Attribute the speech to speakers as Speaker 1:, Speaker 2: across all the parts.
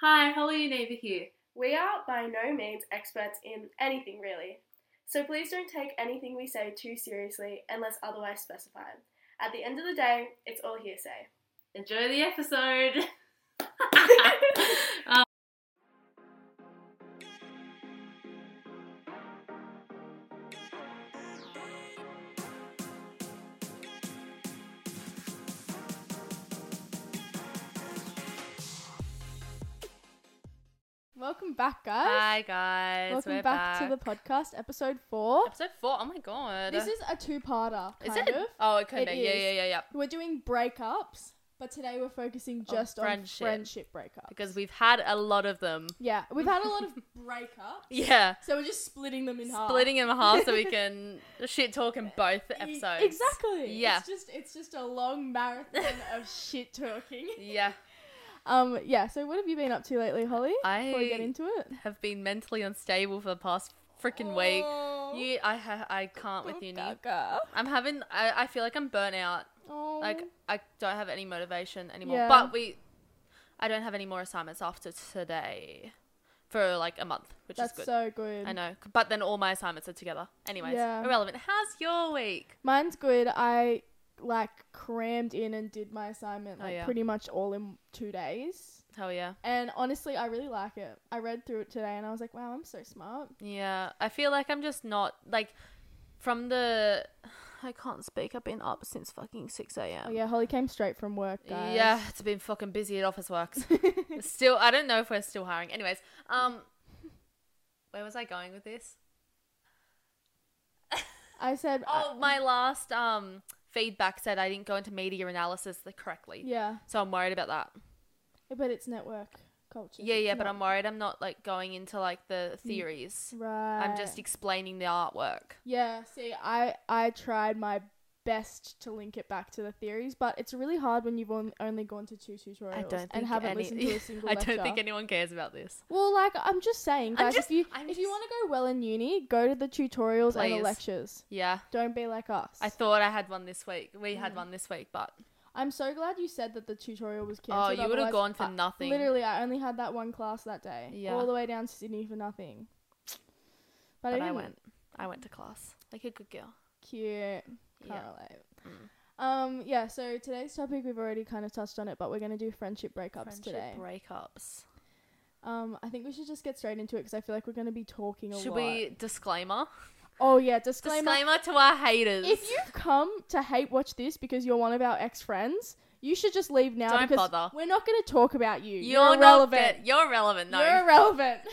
Speaker 1: Hi, Holly and Ava here.
Speaker 2: We are by no means experts in anything really, so please don't take anything we say too seriously unless otherwise specified. At the end of the day, it's all hearsay.
Speaker 1: Enjoy the episode.
Speaker 3: Um,
Speaker 4: Welcome back, guys.
Speaker 3: Hi guys,
Speaker 4: Welcome
Speaker 3: we're
Speaker 4: back,
Speaker 3: back,
Speaker 4: to the podcast, episode four.
Speaker 3: Episode four. Oh my god,
Speaker 4: This is a two-parter,
Speaker 3: Is
Speaker 4: kind
Speaker 3: it?
Speaker 4: of.
Speaker 3: Oh, it could
Speaker 4: It
Speaker 3: be. Yeah,
Speaker 4: is.
Speaker 3: yeah, yeah, yeah.
Speaker 4: We're doing breakups, but today we're focusing
Speaker 3: On
Speaker 4: just on
Speaker 3: Oh, friendship.
Speaker 4: friendship breakups.
Speaker 3: Because we've had a lot of them.
Speaker 4: yeah, we've had a lot of breakups,
Speaker 3: Yeah,
Speaker 4: so we're just splitting them in half.
Speaker 3: splitting them in half so we can shit talk in both
Speaker 4: E-
Speaker 3: episodes.
Speaker 4: Exactly.
Speaker 3: Yeah.
Speaker 4: It's just it's just a long marathon of shit talking.
Speaker 3: Yeah,
Speaker 4: Um. Yeah. So what have you been up to lately, Holly? Before we get
Speaker 3: I
Speaker 4: into it.
Speaker 3: have been mentally unstable for the past freaking
Speaker 4: Oh,
Speaker 3: week. You, I, ha- I can't with uni.
Speaker 4: Gaga.
Speaker 3: I'm having. I, I feel like I'm burnt out.
Speaker 4: Oh.
Speaker 3: Like I don't have any motivation anymore.
Speaker 4: Yeah.
Speaker 3: But we, I don't have any more assignments after today, for like a month, which
Speaker 4: that's
Speaker 3: is good.
Speaker 4: so good.
Speaker 3: I know, but then all my assignments are together. Anyways,
Speaker 4: Yeah.
Speaker 3: irrelevant. How's your week?
Speaker 4: Mine's good. I like crammed in and did my assignment
Speaker 3: Oh,
Speaker 4: like
Speaker 3: yeah.
Speaker 4: pretty much all in two days.
Speaker 3: Hell yeah,
Speaker 4: And honestly, I really like it. I read through it today and I was like, wow, I'm so smart.
Speaker 3: yeah. I feel like I'm just not like from the. I can't speak. I've been up since fucking six a.m.
Speaker 4: Oh yeah, Holly came straight from work, guys.
Speaker 3: Yeah, it's been fucking busy at Office Works. still, I don't know if we're still hiring. Anyways, um, where was I going with this?
Speaker 4: I said uh,
Speaker 3: Oh, my last um feedback said I didn't go into media analysis the- correctly,
Speaker 4: Yeah.
Speaker 3: so I'm worried about that.
Speaker 4: But it's network culture.
Speaker 3: Yeah,
Speaker 4: It's
Speaker 3: yeah, but
Speaker 4: not-
Speaker 3: I'm worried I'm not like going into like
Speaker 4: Mm.
Speaker 3: the theories.
Speaker 4: right.
Speaker 3: I'm just e explaining the artwork.
Speaker 4: Yeah, see, I I tried my best to link it back to the theories, but it's really hard when you've on- only gone to two tutorials and haven't listened to a single
Speaker 3: I
Speaker 4: lecture.
Speaker 3: don't think anyone cares about this.
Speaker 4: Well, like I'm just saying, guys,
Speaker 3: just-
Speaker 4: if you
Speaker 3: I'm
Speaker 4: if you
Speaker 3: just-
Speaker 4: want to go well in uni, go to the tutorials and the
Speaker 3: Please.
Speaker 4: lectures.
Speaker 3: Yeah,
Speaker 4: Don't be like us.
Speaker 3: I thought I had one this week. We had one this week, but
Speaker 4: I'm so glad you said that the tutorial was
Speaker 3: oh,
Speaker 4: cancelled.
Speaker 3: you would have
Speaker 4: otherwise-
Speaker 3: gone for
Speaker 4: I-
Speaker 3: nothing.
Speaker 4: Literally, I only had that one class that day,
Speaker 3: Yeah.
Speaker 4: all the way down to Sydney for nothing. But,
Speaker 3: but
Speaker 4: I,
Speaker 3: I,
Speaker 4: didn't.
Speaker 3: went. I went to class like a good girl.
Speaker 4: Cute. Can't
Speaker 3: Yeah.
Speaker 4: relate.
Speaker 3: Mm.
Speaker 4: Um, yeah. So today's topic we've already kind of touched on it, but we're gonna do friendship breakups
Speaker 3: Friendship
Speaker 4: today.
Speaker 3: breakups.
Speaker 4: um, I think we should just get straight into it because I feel like we're gonna be talking a
Speaker 3: Should
Speaker 4: lot.
Speaker 3: we disclaimer?
Speaker 4: Oh yeah, disclaimer.
Speaker 3: Disclaimer to our haters.
Speaker 4: If you've come to hate watch this because you're one of our ex friends, you should just leave now
Speaker 3: Don't
Speaker 4: because
Speaker 3: bother.
Speaker 4: we're not going to talk about you. You're,
Speaker 3: you're
Speaker 4: irrelevant.
Speaker 3: relevant, you're relevant. No,
Speaker 4: You're irrelevant.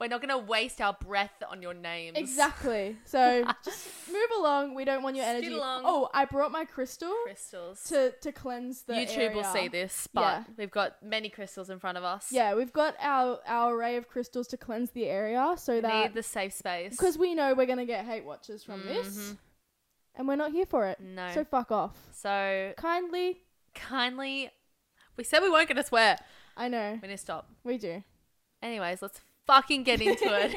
Speaker 3: we're not gonna waste our breath on your names.
Speaker 4: exactly. So just move along. We don't want your
Speaker 3: Scoot
Speaker 4: energy.
Speaker 3: along.
Speaker 4: Oh, I brought my crystal
Speaker 3: Crystals.
Speaker 4: to to cleanse the
Speaker 3: YouTube will
Speaker 4: area.
Speaker 3: see this, but
Speaker 4: Yeah.
Speaker 3: we've got many crystals in front of us.
Speaker 4: Yeah, we've got our our array of crystals to cleanse the area so
Speaker 3: We
Speaker 4: that
Speaker 3: need the safe space.
Speaker 4: because we know we're going to get hate watches from this
Speaker 3: Mhm.
Speaker 4: and we're not here for it.
Speaker 3: no.
Speaker 4: So fuck off.
Speaker 3: So
Speaker 4: Kindly,
Speaker 3: kindly, we said we weren't gonna swear.
Speaker 4: I know.
Speaker 3: We're gonna stop.
Speaker 4: We do.
Speaker 3: Anyways, let's fucking get into it.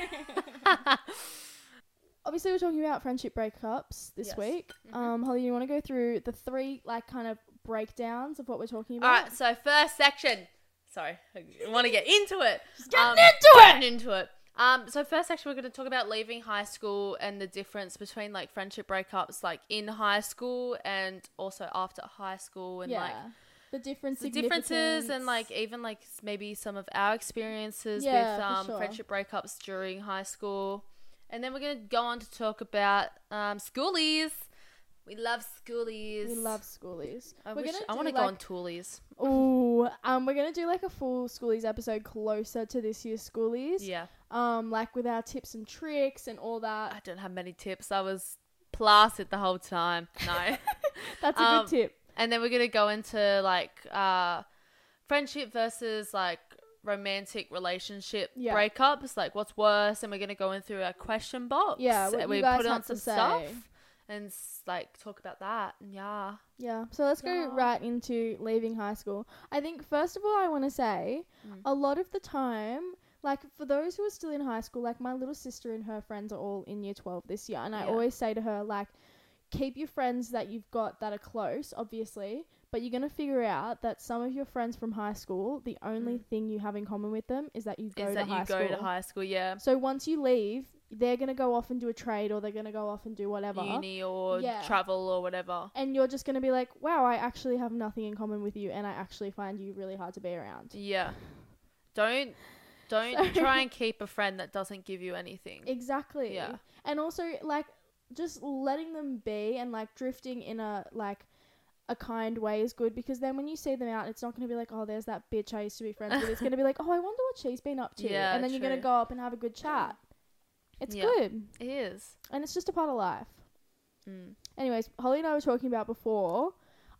Speaker 4: obviously we're talking about friendship breakups this
Speaker 3: Yes. Mm-hmm.
Speaker 4: week. Um, Holly, you want to go through the three like kind of breakdowns of what we're talking
Speaker 3: All
Speaker 4: about?
Speaker 3: right. So first section. Sorry, I want to get into it.
Speaker 4: getting
Speaker 3: into it. Getting into it. Um, so first section, we're going to talk about leaving high school and the difference between like friendship breakups, like in high school and also after high school, and
Speaker 4: yeah,
Speaker 3: like
Speaker 4: the difference,
Speaker 3: the differences and like even like s- maybe some of our experiences
Speaker 4: Yeah,
Speaker 3: with
Speaker 4: for
Speaker 3: um,
Speaker 4: sure.
Speaker 3: friendship breakups during high school and then we're gonna go on to talk about um, schoolies we love schoolies
Speaker 4: we love schoolies.
Speaker 3: I,
Speaker 4: we're
Speaker 3: wish,
Speaker 4: gonna
Speaker 3: I want to
Speaker 4: do,
Speaker 3: go
Speaker 4: like,
Speaker 3: on toolies
Speaker 4: Ooh, um, we're gonna do like a full schoolies episode closer to this year's schoolies.
Speaker 3: yeah
Speaker 4: Um, like with our tips and tricks and all
Speaker 3: i
Speaker 4: that.
Speaker 3: don't have many tips i was placid the whole time no
Speaker 4: That's a
Speaker 3: um,
Speaker 4: good tip.
Speaker 3: and then we're gonna go into like uh friendship versus like romantic relationship
Speaker 4: Yeah.
Speaker 3: breakups like what's worse and we're gonna go in through our question box
Speaker 4: Yeah, what
Speaker 3: and
Speaker 4: you
Speaker 3: we
Speaker 4: guys
Speaker 3: put on
Speaker 4: had to
Speaker 3: some
Speaker 4: say.
Speaker 3: stuff and s- like talk about that yeah
Speaker 4: Yeah. So let's go
Speaker 3: Yeah.
Speaker 4: right into leaving high school. I think first of all I want to say
Speaker 3: Mm.
Speaker 4: a lot of the time like for those who are still in high school like my little sister and her friends are all in year 12 this year and I
Speaker 3: Yeah.
Speaker 4: always say to her like keep your friends that you've got that are close obviously But you're going to figure out that some of your friends from high school, the only thing you have in common with them is that you go,
Speaker 3: Mm. is
Speaker 4: to,
Speaker 3: that
Speaker 4: high
Speaker 3: you go
Speaker 4: school.
Speaker 3: to high school, yeah,
Speaker 4: So once you leave, they're going to go off and do a trade or they're going to go off and do whatever.
Speaker 3: uni or
Speaker 4: Yeah.
Speaker 3: travel or whatever.
Speaker 4: And you're just going to be like, wow, I actually have nothing in common with you and I actually find you really hard to be around.
Speaker 3: Yeah, don't don't
Speaker 4: Sorry.
Speaker 3: try and keep a friend that doesn't give you anything.
Speaker 4: Exactly.
Speaker 3: Yeah.
Speaker 4: And also like just letting them be and like drifting in a like a kind way is good because then when you see them out, it's not going to be like, oh, there's that bitch I used to be friends with. It's going to be like, oh, I wonder what she's been up to.
Speaker 3: Yeah,
Speaker 4: and then you're going
Speaker 3: true.
Speaker 4: to go up and have a good chat. It's
Speaker 3: Yeah.
Speaker 4: good.
Speaker 3: It is.
Speaker 4: And it's just a part of life.
Speaker 3: Mm.
Speaker 4: Anyways, Holly and I were talking about before.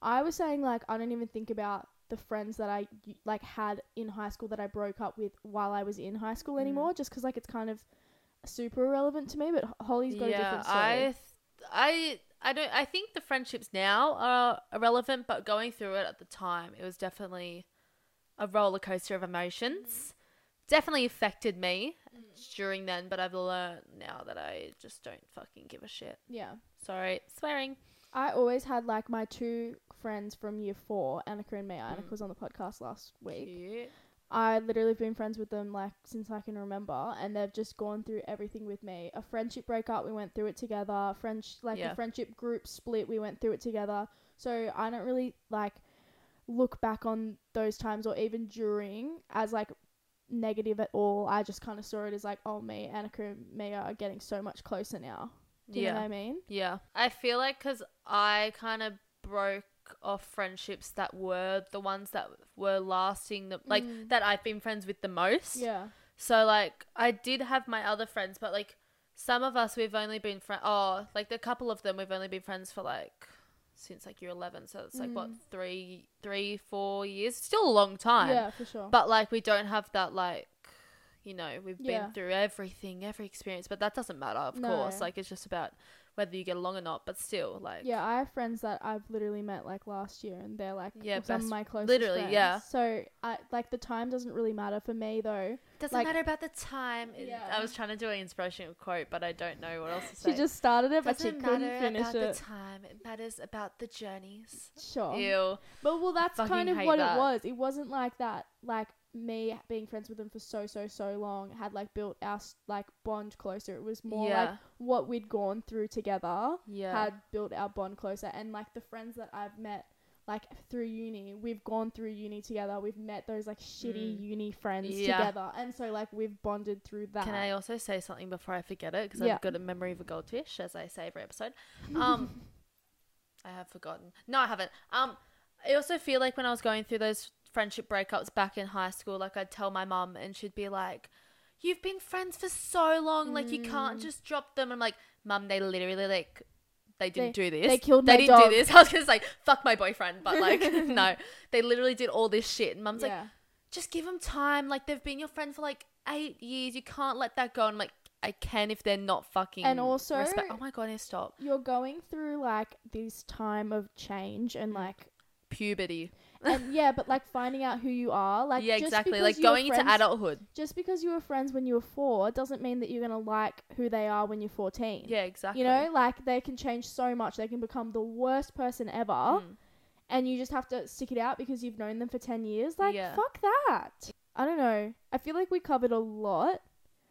Speaker 4: I was saying like I don't even think about the friends that I like had in high school that I broke up with while I was in high
Speaker 3: Mm.
Speaker 4: school anymore, just 'cause like it's kind of super irrelevant to me. But Holly's got a
Speaker 3: yeah,
Speaker 4: different story.
Speaker 3: I, th- I, I don't. I think the friendships now are irrelevant, but going through it at the time, it was definitely a roller coaster of emotions. Definitely affected me during then, but I've learned now that I just don't fucking give a shit.
Speaker 4: yeah,
Speaker 3: Sorry, swearing.
Speaker 4: I always had like my two friends from year four, Annika and Mia. Annika
Speaker 3: Mm.
Speaker 4: was on the podcast last week.
Speaker 3: Cute.
Speaker 4: I literally have been friends with them like since I can remember, and they've just gone through everything with me. A friendship breakup, we went through it together. French like
Speaker 3: Yeah.
Speaker 4: a friendship group split, we went through it together. So I don't really like look back on those times or even during as like negative at all. I just kind of saw it as like, oh me, Annika and Mia are getting so much closer now. Do you
Speaker 3: yeah.
Speaker 4: know what I mean?
Speaker 3: Yeah. I feel like because I kind of broke off friendships that were the ones that were lasting, the, like
Speaker 4: Mm.
Speaker 3: that I've been friends with the most.
Speaker 4: Yeah.
Speaker 3: So, like, I did have my other friends, but like some of us, we've only been friends. Oh, like the couple of them, we've only been friends for like since like year 11. So it's like, what,
Speaker 4: Mm.
Speaker 3: three, three, four years? Still a long time.
Speaker 4: Yeah, for sure.
Speaker 3: But like, we don't have that, like, you know, we've
Speaker 4: Yeah.
Speaker 3: been through everything, every experience, but that doesn't matter, of
Speaker 4: No.
Speaker 3: course. Like, it's just about whether you get along or not, but still, like,
Speaker 4: Yeah, I have friends that I've literally met like last year, and they're like
Speaker 3: Yeah,
Speaker 4: some of
Speaker 3: best-
Speaker 4: my closest
Speaker 3: literally,
Speaker 4: friends.
Speaker 3: yeah.
Speaker 4: So I like the time doesn't really matter for me though.
Speaker 3: doesn't
Speaker 4: like-
Speaker 3: matter about the time. It-
Speaker 4: Yeah.
Speaker 3: I was trying to do an inspirational quote, but I don't know what else to say.
Speaker 4: She just started it, but she
Speaker 3: doesn't matter
Speaker 4: couldn't finish
Speaker 3: about the
Speaker 4: it.
Speaker 3: time. It matters about the journeys.
Speaker 4: Sure.
Speaker 3: Ew.
Speaker 4: But well, that's
Speaker 3: Fucking
Speaker 4: kind of
Speaker 3: hate
Speaker 4: what
Speaker 3: that.
Speaker 4: it was. It wasn't like that. Like me being friends with them for so so so long had like built our s- like bond closer. It was more like
Speaker 3: yeah.
Speaker 4: what we'd gone through together
Speaker 3: yeah.
Speaker 4: had built our bond closer, and like the friends that I've met. Like through uni, we've gone through uni together. We've met those like shitty uni friends
Speaker 3: Mm. Yeah.
Speaker 4: together, and so like we've bonded through that.
Speaker 3: Can I um, also say something before I forget it? Because
Speaker 4: Yeah.
Speaker 3: I've got a memory of a goldfish, as I say every episode. Um, I have forgotten. No, I haven't. Um, I also feel like when I was going through those friendship breakups back in high school, like I'd tell my mum, and she'd be like, "You've been friends for so long, like you
Speaker 4: Mm.
Speaker 3: can't just drop them." I'm like, "Mum, they literally like." They didn't
Speaker 4: They-
Speaker 3: do this.
Speaker 4: they killed my
Speaker 3: They didn't
Speaker 4: dog."
Speaker 3: do this. I was gonna say, "Fuck my boyfriend," but like, no, they literally did all this shit. And mum's like,
Speaker 4: yeah.
Speaker 3: just give them time. Like they've been your friend for like eight years. You can't let that go. I'm like, I can if they're not fucking.
Speaker 4: And also-
Speaker 3: respe- oh my god, I stop
Speaker 4: you're going through like this time of change
Speaker 3: Mm.
Speaker 4: and like
Speaker 3: puberty.
Speaker 4: and yeah but like finding out who you are like
Speaker 3: yeah,
Speaker 4: just
Speaker 3: exactly.
Speaker 4: because
Speaker 3: Like
Speaker 4: you were
Speaker 3: going into
Speaker 4: friends-
Speaker 3: adulthood.
Speaker 4: just because you were friends when you were four doesn't mean that you're gonna like who they are when you're 14
Speaker 3: Yeah, exactly.
Speaker 4: you know like they can change so much they can become the worst person ever
Speaker 3: Mm.
Speaker 4: and you just have to stick it out because you've known them for 10 years like
Speaker 3: Yeah.
Speaker 4: fuck that i don't know i feel like we covered a lot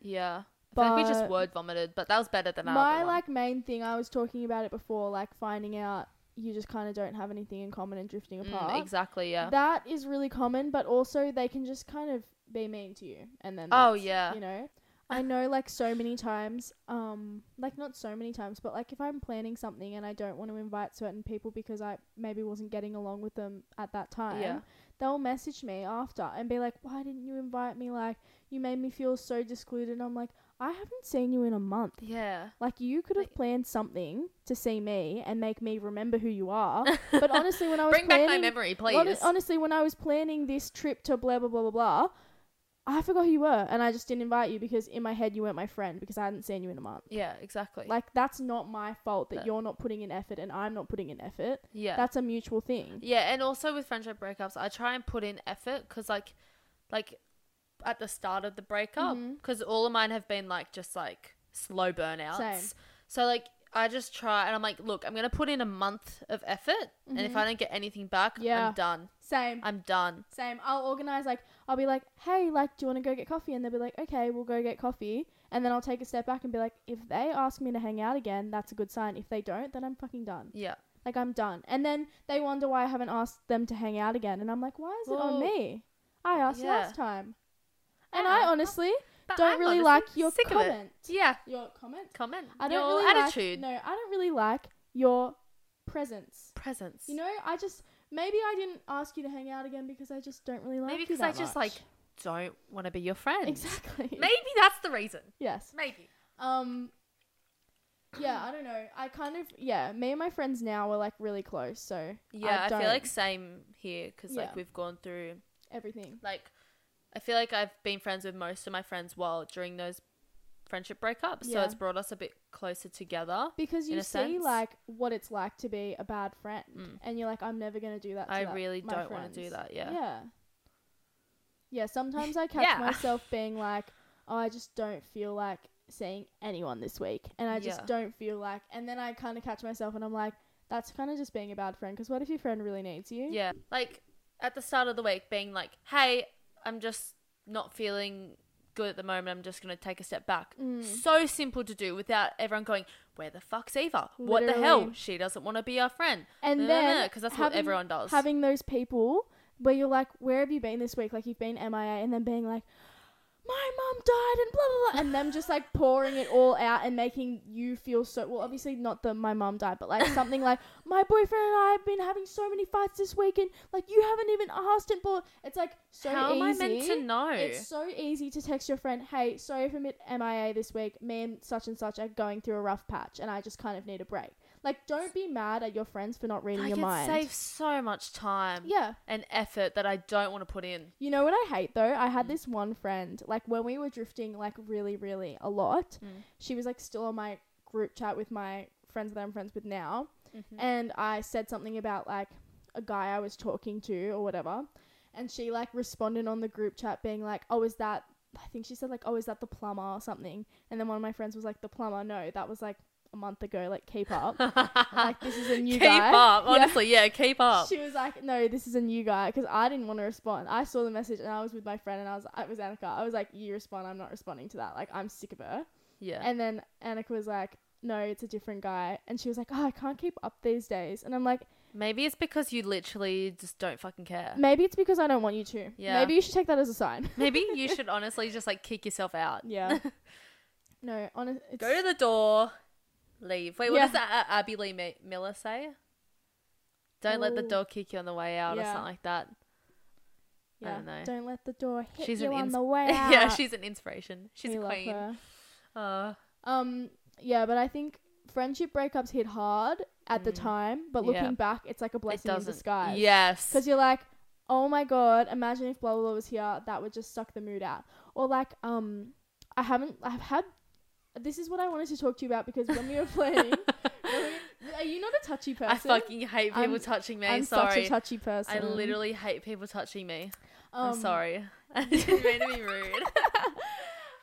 Speaker 3: Yeah. I feel like we just
Speaker 4: But-
Speaker 3: word vomited, but that was better than our
Speaker 4: my
Speaker 3: other one.
Speaker 4: like main thing i was talking about it before like finding out you just kind of don't have anything in common and drifting
Speaker 3: Mm,
Speaker 4: apart
Speaker 3: exactly. Yeah.
Speaker 4: that is really common but also they can just kind of be mean to you and then
Speaker 3: Oh,
Speaker 4: that's-
Speaker 3: yeah.
Speaker 4: you know i know like so many times um like not so many times but like if i'm planning something and i don't want to invite certain people because i maybe wasn't getting along with them at that time
Speaker 3: Yeah.
Speaker 4: they'll message me after and be like why didn't you invite me like you made me feel so discluded and i'm like i haven't seen you in a month
Speaker 3: yeah.
Speaker 4: like you could have
Speaker 3: Like-
Speaker 4: planned something to see me and make me remember who you are but honestly when i was
Speaker 3: Bring
Speaker 4: planning
Speaker 3: back my memory, please.
Speaker 4: Hon- honestly, when I was planning this trip to blah blah blah blah blah, I forgot who you were, and I just didn't invite you because in my head you weren't my friend because I hadn't seen you in a month.
Speaker 3: yeah, exactly.
Speaker 4: Like that's not my fault that
Speaker 3: That-
Speaker 4: you're not putting in effort and I'm not putting in effort.
Speaker 3: yeah.
Speaker 4: That's a mutual thing.
Speaker 3: Yeah, and also with friendship breakups, I try and put in effort because like, like at the start of the breakup,
Speaker 4: Mhm.
Speaker 3: because all of mine have been like just like slow burnouts.
Speaker 4: Same.
Speaker 3: So like I just try and I'm like, look, I'm gonna put in a month of effort, and if
Speaker 4: Mhm.
Speaker 3: I don't get anything back,
Speaker 4: Yeah.
Speaker 3: I'm done.
Speaker 4: Same.
Speaker 3: I'm done.
Speaker 4: Same. I'll organize like I'll be like, hey, like, do you want to go get coffee? And they'll be like, okay, we'll go get coffee. And then I'll take a step back and be like, if they ask me to hang out again, that's a good sign. If they don't, then I'm fucking done.
Speaker 3: Yeah.
Speaker 4: Like I'm done. And then they wonder why I haven't asked them to hang out again. And I'm like, why is it on
Speaker 3: Well,
Speaker 4: me? I asked
Speaker 3: yeah.
Speaker 4: last time. And
Speaker 3: Yeah,
Speaker 4: I
Speaker 3: but-
Speaker 4: honestly
Speaker 3: But
Speaker 4: don't
Speaker 3: I'm
Speaker 4: really
Speaker 3: honestly
Speaker 4: like your
Speaker 3: sick of it.
Speaker 4: comment.
Speaker 3: Yeah.
Speaker 4: Your comment?
Speaker 3: Comment.
Speaker 4: I don't
Speaker 3: Your
Speaker 4: really
Speaker 3: attitude.
Speaker 4: Like, no, I don't really like your presence.
Speaker 3: Presence.
Speaker 4: You know, I just maybe I didn't ask you to hang out again because I just don't really like
Speaker 3: Maybe
Speaker 4: you
Speaker 3: because I
Speaker 4: that
Speaker 3: just
Speaker 4: much.
Speaker 3: like don't want to be your friend.
Speaker 4: exactly.
Speaker 3: Maybe that's the reason.
Speaker 4: Yes.
Speaker 3: Maybe.
Speaker 4: Um. Yeah, I don't know. I kind of yeah. Me and my friends now are like really close, so
Speaker 3: Yeah, I,
Speaker 4: don't-
Speaker 3: feel like same here because
Speaker 4: Yeah.
Speaker 3: like we've gone through
Speaker 4: everything.
Speaker 3: like I feel like I've been friends with most of my friends while during those friendship breakups, so
Speaker 4: Yeah.
Speaker 3: it's brought us a bit closer together.
Speaker 4: Because
Speaker 3: in
Speaker 4: you
Speaker 3: a
Speaker 4: see
Speaker 3: sense.
Speaker 4: like what it's like to be a bad friend,
Speaker 3: Mm.
Speaker 4: and you're like, I'm never gonna do that. To
Speaker 3: I
Speaker 4: that-
Speaker 3: really
Speaker 4: my
Speaker 3: don't want to do
Speaker 4: friends."
Speaker 3: that. Yeah.
Speaker 4: Yeah. Yeah, sometimes I catch
Speaker 3: Yeah.
Speaker 4: myself being like, oh, I just don't feel like seeing anyone this week. And I just
Speaker 3: Yeah.
Speaker 4: don't feel like. And then I kind of catch myself and I'm like, that's kind of just being a bad friend. Because what if your friend really needs you?
Speaker 3: Yeah. Like at the start of the week, being like, hey, I'm just not feeling good at the moment. I'm just going to take a step back.
Speaker 4: Mm.
Speaker 3: So simple to do without everyone going, where the fuck's Eva? What the hell?
Speaker 4: Literally.
Speaker 3: She doesn't want to be our friend.
Speaker 4: And then
Speaker 3: because that's what
Speaker 4: having-
Speaker 3: everyone does.
Speaker 4: having those people where you're like, where have you been this week? Like you've been MIA, and then being like, my mum died, and blah blah blah, and them just like pouring it all out and making you feel so well. Obviously, not the my mum died, but like something like my boyfriend and I have been having so many fights this week, and like you haven't even asked and blah. It's like so
Speaker 3: How
Speaker 4: easy.
Speaker 3: am I meant to know?
Speaker 4: It's so easy to text your friend, hey, sorry for mi- MIA this week. Me and such and such are going through a rough patch and I just kind of need a break. Like, don't be mad at your friends for not reading
Speaker 3: I
Speaker 4: your
Speaker 3: can
Speaker 4: mind.
Speaker 3: save so much time
Speaker 4: Yeah.
Speaker 3: and effort that I don't want to put in.
Speaker 4: You know what I hate though? I
Speaker 3: Mm.
Speaker 4: had this one friend, like when we were drifting like really, really a lot,
Speaker 3: Mm.
Speaker 4: she was like still on my group chat with my friends that I'm friends with now.
Speaker 3: Mm-hmm.
Speaker 4: And I said something about like a guy I was talking to or whatever. And she like responded on the group chat being like, Oh, is that I think she said like, Oh, is that the plumber or something? And then one of my friends was like, The plumber, no, that was like a month ago, like keep up. like this is a new
Speaker 3: keep
Speaker 4: guy.
Speaker 3: up.
Speaker 4: Yeah.
Speaker 3: Honestly, yeah, keep up.
Speaker 4: She was like, "No, this is a new guy," because I didn't want to respond. I saw the message and I was with my friend and I was, I was Annika. I was like, "You respond. I'm not responding to that. Like, I'm sick of her."
Speaker 3: yeah.
Speaker 4: And then Annika was like, "No, it's a different guy," and she was like, "Oh, I can't keep up these days." And I'm like,
Speaker 3: Maybe it's because you literally just don't fucking care.
Speaker 4: "Maybe it's because I don't want you to.
Speaker 3: Yeah.
Speaker 4: Maybe you should take that as a sign."
Speaker 3: Maybe you should honestly just like kick yourself out.
Speaker 4: yeah. No, honest.
Speaker 3: Go to the door, leave. Wait, what
Speaker 4: Yeah.
Speaker 3: does that, uh, Abby Lee Mi- Miller say? Don't let the
Speaker 4: Ooh.
Speaker 3: door kick you on the way out or
Speaker 4: Yeah.
Speaker 3: something like that.
Speaker 4: yeah.
Speaker 3: don't know.
Speaker 4: let the door hit
Speaker 3: She's
Speaker 4: you
Speaker 3: an
Speaker 4: on
Speaker 3: ins-
Speaker 4: the way out.
Speaker 3: yeah, she's an inspiration. She's
Speaker 4: We
Speaker 3: a
Speaker 4: love
Speaker 3: queen.
Speaker 4: her.
Speaker 3: Uh,
Speaker 4: Um, yeah, but I think friendship breakups hit hard at the
Speaker 3: Mm.
Speaker 4: time, but
Speaker 3: Yeah.
Speaker 4: looking back, it's like a
Speaker 3: it
Speaker 4: blessing in
Speaker 3: doesn't.
Speaker 4: disguise.
Speaker 3: Yes.
Speaker 4: because you're like, oh my god, imagine if blah blah blah was here, that would just suck the mood out. Or like, um, I haven't, I've had. This is what I wanted to talk to you about because when we were playing, when we- are you not a touchy person?
Speaker 3: I fucking hate people
Speaker 4: I'm-
Speaker 3: touching me.
Speaker 4: I'm such
Speaker 3: sorry.
Speaker 4: a touchy person.
Speaker 3: I literally hate people touching me. I'm
Speaker 4: Um,
Speaker 3: sorry. I didn't mean to be rude.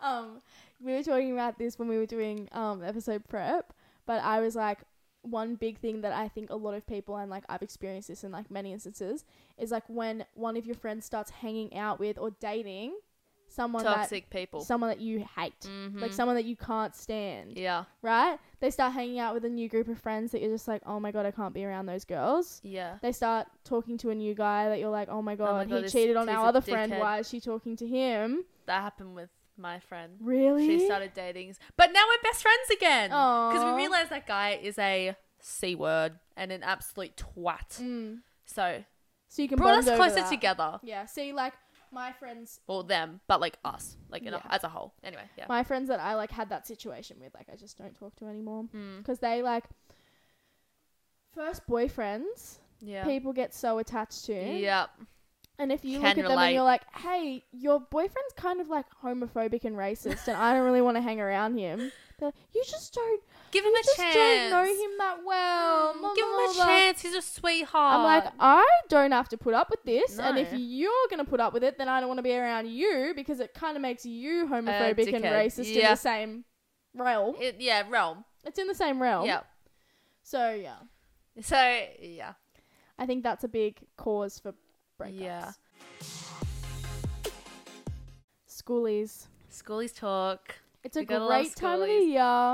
Speaker 4: um, we were talking about this when we were doing um episode prep, but I was like, one big thing that I think a lot of people and like I've experienced this in like many instances is like when one of your friends starts hanging out with or dating someone
Speaker 3: Toxic
Speaker 4: that
Speaker 3: people.
Speaker 4: someone that you hate, like
Speaker 3: Mhm.
Speaker 4: someone that you can't stand,
Speaker 3: yeah.
Speaker 4: right? They start hanging out with a new group of friends that you're just like, oh my god, I can't be around those girls.
Speaker 3: Yeah.
Speaker 4: They start talking to a new guy that you're like, oh my god,
Speaker 3: my God,
Speaker 4: he
Speaker 3: this-
Speaker 4: cheated on
Speaker 3: he's
Speaker 4: our
Speaker 3: a
Speaker 4: other friend.
Speaker 3: dickhead."
Speaker 4: Why is she talking to him?
Speaker 3: That happened with my friend.
Speaker 4: Really?
Speaker 3: She started dating, but now we're best friends again. Because
Speaker 4: Aw.
Speaker 3: we realized that guy is a c word and an absolute twat.
Speaker 4: Mm.
Speaker 3: So
Speaker 4: So you can
Speaker 3: brought
Speaker 4: bond
Speaker 3: us
Speaker 4: over
Speaker 3: closer
Speaker 4: that.
Speaker 3: together.
Speaker 4: Yeah. See, like my friends,
Speaker 3: Well, them, but like us, like in a-
Speaker 4: Yeah.
Speaker 3: as a whole. Anyway, yeah.
Speaker 4: my friends that I like had that situation with, like I just don't talk to anymore
Speaker 3: Mm,
Speaker 4: because they like first boyfriends.
Speaker 3: yeah.
Speaker 4: People get so attached to.
Speaker 3: Yeah.
Speaker 4: And if you
Speaker 3: Can
Speaker 4: look at them and
Speaker 3: relate.
Speaker 4: you're like, hey, your boyfriend's kind of like homophobic and racist, and I don't really want to hang around him. They're like, you just don't,
Speaker 3: Give him
Speaker 4: you
Speaker 3: a
Speaker 4: just
Speaker 3: chance.
Speaker 4: don't know him that well. blah,
Speaker 3: Give him
Speaker 4: blah,
Speaker 3: a
Speaker 4: blah, blah."
Speaker 3: chance. He's a sweetheart.
Speaker 4: I'm like, I don't have to put up with this, and if
Speaker 3: Um, No.
Speaker 4: you're gonna put up with it, then I don't want to be around you because it kind of makes you homophobic and
Speaker 3: dickhead.
Speaker 4: racist in
Speaker 3: Yeah.
Speaker 4: the same realm.
Speaker 3: It- yeah, realm.
Speaker 4: It's in the same realm.
Speaker 3: Yeah.
Speaker 4: So yeah,
Speaker 3: So yeah.
Speaker 4: I think that's a big cause for breakups.
Speaker 3: Yeah.
Speaker 4: Schoolies.
Speaker 3: Schoolies talk.
Speaker 4: It's a
Speaker 3: We gotta love
Speaker 4: great time of the
Speaker 3: schoolies.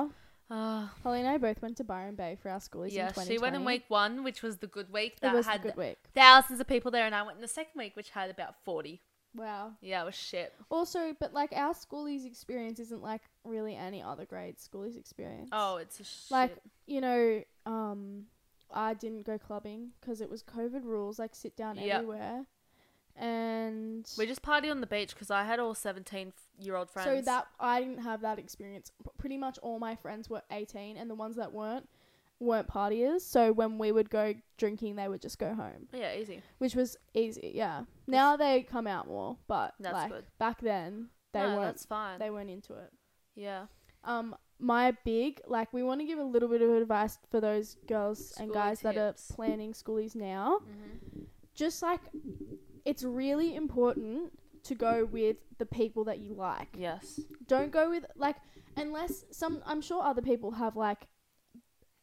Speaker 4: year.
Speaker 3: Oh,
Speaker 4: Holly and I both went to Byron Bay for our schoolies in
Speaker 3: yeah.
Speaker 4: 2020.
Speaker 3: She went in week one, which was the good week
Speaker 4: It
Speaker 3: that
Speaker 4: was a
Speaker 3: had
Speaker 4: good week.
Speaker 3: thousands of people there, and I went in the second week, which had about forty.
Speaker 4: Wow.
Speaker 3: Yeah, it was shit.
Speaker 4: Also, but like our schoolies experience isn't like really any other grade schoolies experience.
Speaker 3: Oh, it's a shit.
Speaker 4: like you know, um, I didn't go clubbing because it was COVID rules, like sit down
Speaker 3: Yep.
Speaker 4: everywhere, and
Speaker 3: we just party on the beach because I had all seventeen-year-old friends.
Speaker 4: so that I didn't have that experience. P- Pretty much all my friends were eighteen, and the ones that weren't weren't partiers. So when we would go drinking, they would just go home,
Speaker 3: yeah, easy.
Speaker 4: which was easy. Yeah. Now they come out more, but
Speaker 3: That's
Speaker 4: like
Speaker 3: good.
Speaker 4: back then they
Speaker 3: no,
Speaker 4: weren't.
Speaker 3: That's fine.
Speaker 4: They weren't into it.
Speaker 3: yeah,
Speaker 4: um my big like we want to give a little bit of advice for those girls and
Speaker 3: Schoolie
Speaker 4: guys that are
Speaker 3: tips.
Speaker 4: planning schoolies now
Speaker 3: mm-hmm.
Speaker 4: just like it's really important to go with the people that you like
Speaker 3: yes,
Speaker 4: don't go with like unless some i'm sure other people have like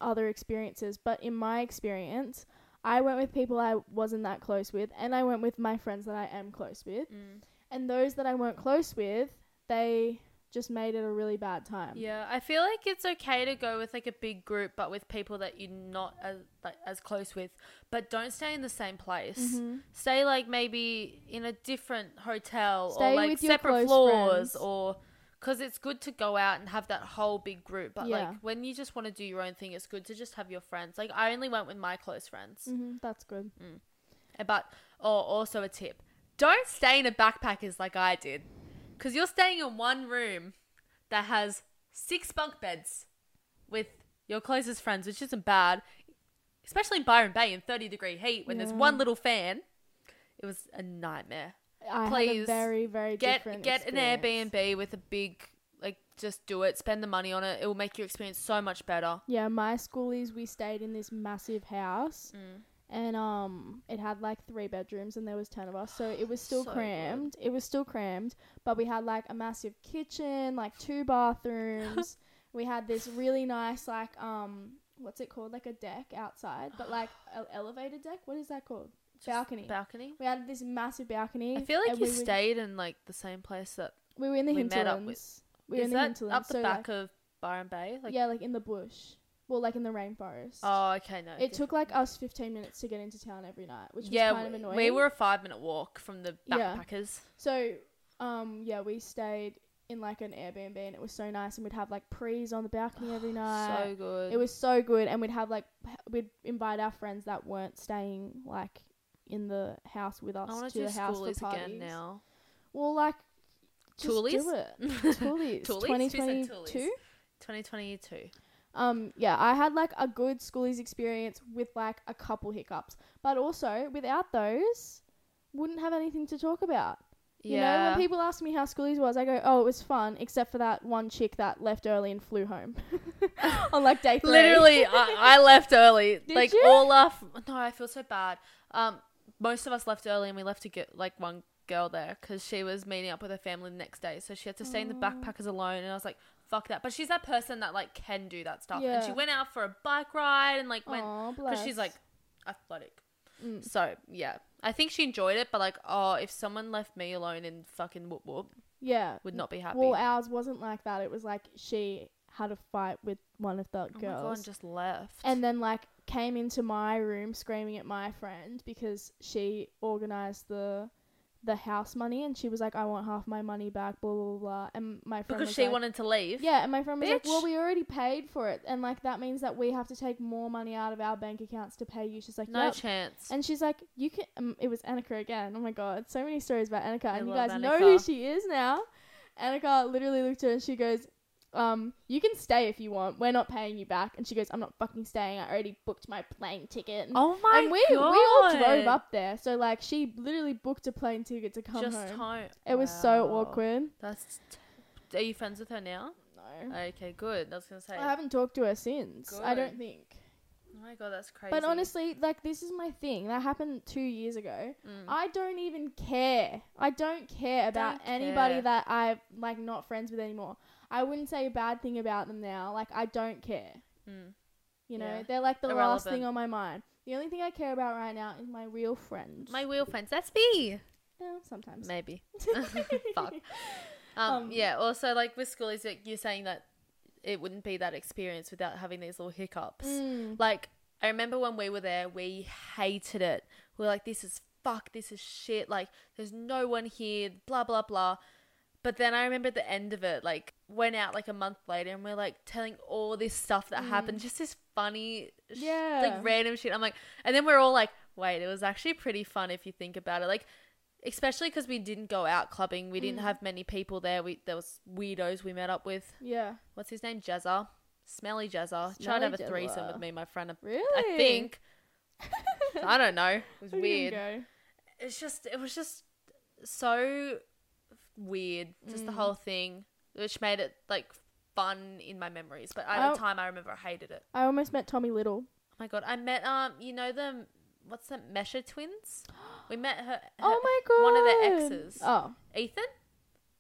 Speaker 4: other experiences but in my experience i went with people i wasn't that close with and i went with my friends that i am close with
Speaker 3: Mm.
Speaker 4: and those that i weren't close with they just made it a really bad time
Speaker 3: yeah. I feel like it's okay to go with like a big group, but with people that you're not as like as close with. But don't stay in the same place.
Speaker 4: Mhm.
Speaker 3: Stay like maybe in a different hotel
Speaker 4: Stay
Speaker 3: or like
Speaker 4: with your
Speaker 3: separate
Speaker 4: close
Speaker 3: floors
Speaker 4: friends.
Speaker 3: or because it's good to go out and have that whole big group. But
Speaker 4: Yeah.
Speaker 3: like when you just want to do your own thing, it's good to just have your friends. Like I only went with my close friends.
Speaker 4: Mhm, that's good.
Speaker 3: But oh, also a tip: don't stay in a backpackers like I did, because you're staying in one room that has six bunk beds with your closest friends, which isn't bad, especially in Byron Bay in 30 degree heat when there's
Speaker 4: Yeah.
Speaker 3: one little fan. It was a nightmare.
Speaker 4: I had a
Speaker 3: Please,
Speaker 4: very, very
Speaker 3: Get
Speaker 4: different
Speaker 3: get an
Speaker 4: experience.
Speaker 3: Airbnb with a big like. Just do it. Spend the money on it. It will make your experience so much better.
Speaker 4: Yeah, my schoolies we stayed in this massive house,
Speaker 3: Mm.
Speaker 4: and um, it had like three bedrooms, and there was ten of us, so it was still
Speaker 3: So good.
Speaker 4: crammed. It was still crammed, but we had like a massive kitchen, like two bathrooms. we had this really nice like um, what's it called? Like a deck outside, but like an elevated deck. What is that called?
Speaker 3: Just
Speaker 4: Balcony.
Speaker 3: Balcony.
Speaker 4: We had this massive balcony.
Speaker 3: I feel like
Speaker 4: and
Speaker 3: you
Speaker 4: we were-
Speaker 3: stayed in like the same place that
Speaker 4: We were in the
Speaker 3: we met up with-
Speaker 4: hinterlands. We were
Speaker 3: Is
Speaker 4: in the
Speaker 3: that
Speaker 4: hinterlands.
Speaker 3: up the
Speaker 4: so, like,
Speaker 3: back of Byron Bay? Like,
Speaker 4: yeah, like in the bush. Well, like in the rainforest.
Speaker 3: Oh, okay, no.
Speaker 4: it took like us 15 minutes to get into town every night, which was
Speaker 3: yeah,
Speaker 4: kind of
Speaker 3: we-
Speaker 4: annoying.
Speaker 3: we were a five minute walk from the
Speaker 4: Yeah.
Speaker 3: backpackers.
Speaker 4: So, um, yeah, we stayed in like an Airbnb and it was so nice, and we'd have like prees on the balcony every night.
Speaker 3: Oh, so good.
Speaker 4: Uh, it was so good, and we'd have like h- we'd invite our friends that weren't staying like in the house with us
Speaker 3: I want
Speaker 4: to
Speaker 3: to do
Speaker 4: the house for
Speaker 3: schoolies
Speaker 4: parties.
Speaker 3: again now.
Speaker 4: Well, like. Just
Speaker 3: Toolies?
Speaker 4: do it. Toolies.
Speaker 3: Toolies? Who said
Speaker 4: 2022.
Speaker 3: toolies? 2022.
Speaker 4: Um, yeah, I had like a good schoolies experience with like a couple hiccups, but also without those, wouldn't have anything to talk about. You know,
Speaker 3: Yeah.
Speaker 4: when people ask me how schoolies was, I go, "Oh, it was fun, except for that one chick that left early and flew home on like day three.
Speaker 3: Literally, I, I left early.
Speaker 4: Did
Speaker 3: like
Speaker 4: you?
Speaker 3: all our. F- no, I feel so bad. Um, most of us left early, and we left to get like one girl there because she was meeting up with her family the next day, so she had to stay in the
Speaker 4: Oh.
Speaker 3: backpackers alone. And I was like, "Fuck that!" But she's that person that like can do that stuff, and she
Speaker 4: Yeah.
Speaker 3: went out for a bike ride and like went
Speaker 4: Aw,
Speaker 3: because she's
Speaker 4: bless.
Speaker 3: like athletic.
Speaker 4: Mm.
Speaker 3: So yeah, I think she enjoyed it, but like, oh, if someone left me alone in fucking whoop whoop,
Speaker 4: yeah.
Speaker 3: would not be happy.
Speaker 4: Well, ours wasn't like that. It was like she had a fight with one of the
Speaker 3: oh my god,
Speaker 4: girls,
Speaker 3: and just left.
Speaker 4: and then like came into my room screaming at my friend because she organized the the house money and she was like i want half my money back blah blah blah, blah and my friend
Speaker 3: because
Speaker 4: was
Speaker 3: she
Speaker 4: like-
Speaker 3: wanted to leave.
Speaker 4: yeah and my friend was like
Speaker 3: Bitch.
Speaker 4: well we already paid for it and like that means that we have to take more money out of our bank accounts to pay you she's like
Speaker 3: No
Speaker 4: no
Speaker 3: chance.
Speaker 4: and she's like you can um, it was Annika again oh my god so many stories about Annika and you
Speaker 3: love
Speaker 4: guys know who
Speaker 3: Annika.
Speaker 4: she is now Annika literally looked at her and she goes um, you can stay if you want. We're not paying you back. And she goes, I'm not fucking staying. I already booked my plane ticket. And-
Speaker 3: Oh my
Speaker 4: and we,
Speaker 3: god!
Speaker 4: we all drove up there. So, like, she literally booked a plane ticket to come
Speaker 3: Just
Speaker 4: home.
Speaker 3: home.
Speaker 4: It was so
Speaker 3: Wow.
Speaker 4: awkward.
Speaker 3: That's. T- Are you friends with her now?
Speaker 4: No.
Speaker 3: Okay, good. I was gonna say.
Speaker 4: I haven't talked to her since. I
Speaker 3: Good.
Speaker 4: don't think.
Speaker 3: Oh my god, that's crazy.
Speaker 4: But honestly, like this is my thing. That happened two years ago.
Speaker 3: Mm.
Speaker 4: I don't even care. I don't care about
Speaker 3: Don't
Speaker 4: anybody
Speaker 3: care.
Speaker 4: that I'm like not friends with anymore. I wouldn't say a bad thing about them now. Like I don't care.
Speaker 3: Mm.
Speaker 4: You know,
Speaker 3: Yeah.
Speaker 4: they're like the last thing
Speaker 3: Irrelevant.
Speaker 4: on my mind. The only thing I care about right now is my real friends.
Speaker 3: my wheel fence. That's me.
Speaker 4: Yeah, sometimes.
Speaker 3: Maybe. Fuck. Um,
Speaker 4: Um,
Speaker 3: yeah. Also, like with school, is you're saying that it wouldn't be that experience without having these little hiccups.
Speaker 4: Mm.
Speaker 3: Like I remember when we were there, we hated it. We were like, "This is fuck. This is shit. Like, there's no one here. Blah blah blah." But then I remember at the end of it, like went out like a month later, and we're like telling all this stuff that happened, just this funny, sh-
Speaker 4: Mm. Yeah.
Speaker 3: like random shit. I'm like, and then we're all like, "Wait, it was actually pretty fun if you think about it." Like, especially because we didn't go out clubbing, we
Speaker 4: Mm.
Speaker 3: didn't have many people there. We there was weirdos we met up with.
Speaker 4: Yeah.
Speaker 3: What's his name? Jezza. Smelly Jezza. Tried to have a
Speaker 4: Smelly
Speaker 3: threesome
Speaker 4: Jezza.
Speaker 3: with me, and my friend. I-
Speaker 4: Really?
Speaker 3: I think. I don't know. It was
Speaker 4: We can
Speaker 3: weird.
Speaker 4: go.
Speaker 3: It's just it was just so weird. Just
Speaker 4: Mm.
Speaker 3: the whole thing, which made it like fun in my memories. But at
Speaker 4: Oh.
Speaker 3: the time, I remember I hated it.
Speaker 4: I almost met Tommy Little.
Speaker 3: Oh my god, I met um, you know the what's the Mesha twins? We met her. her-
Speaker 4: Oh my god.
Speaker 3: Uh, One of their exes.
Speaker 4: Oh,
Speaker 3: Ethan.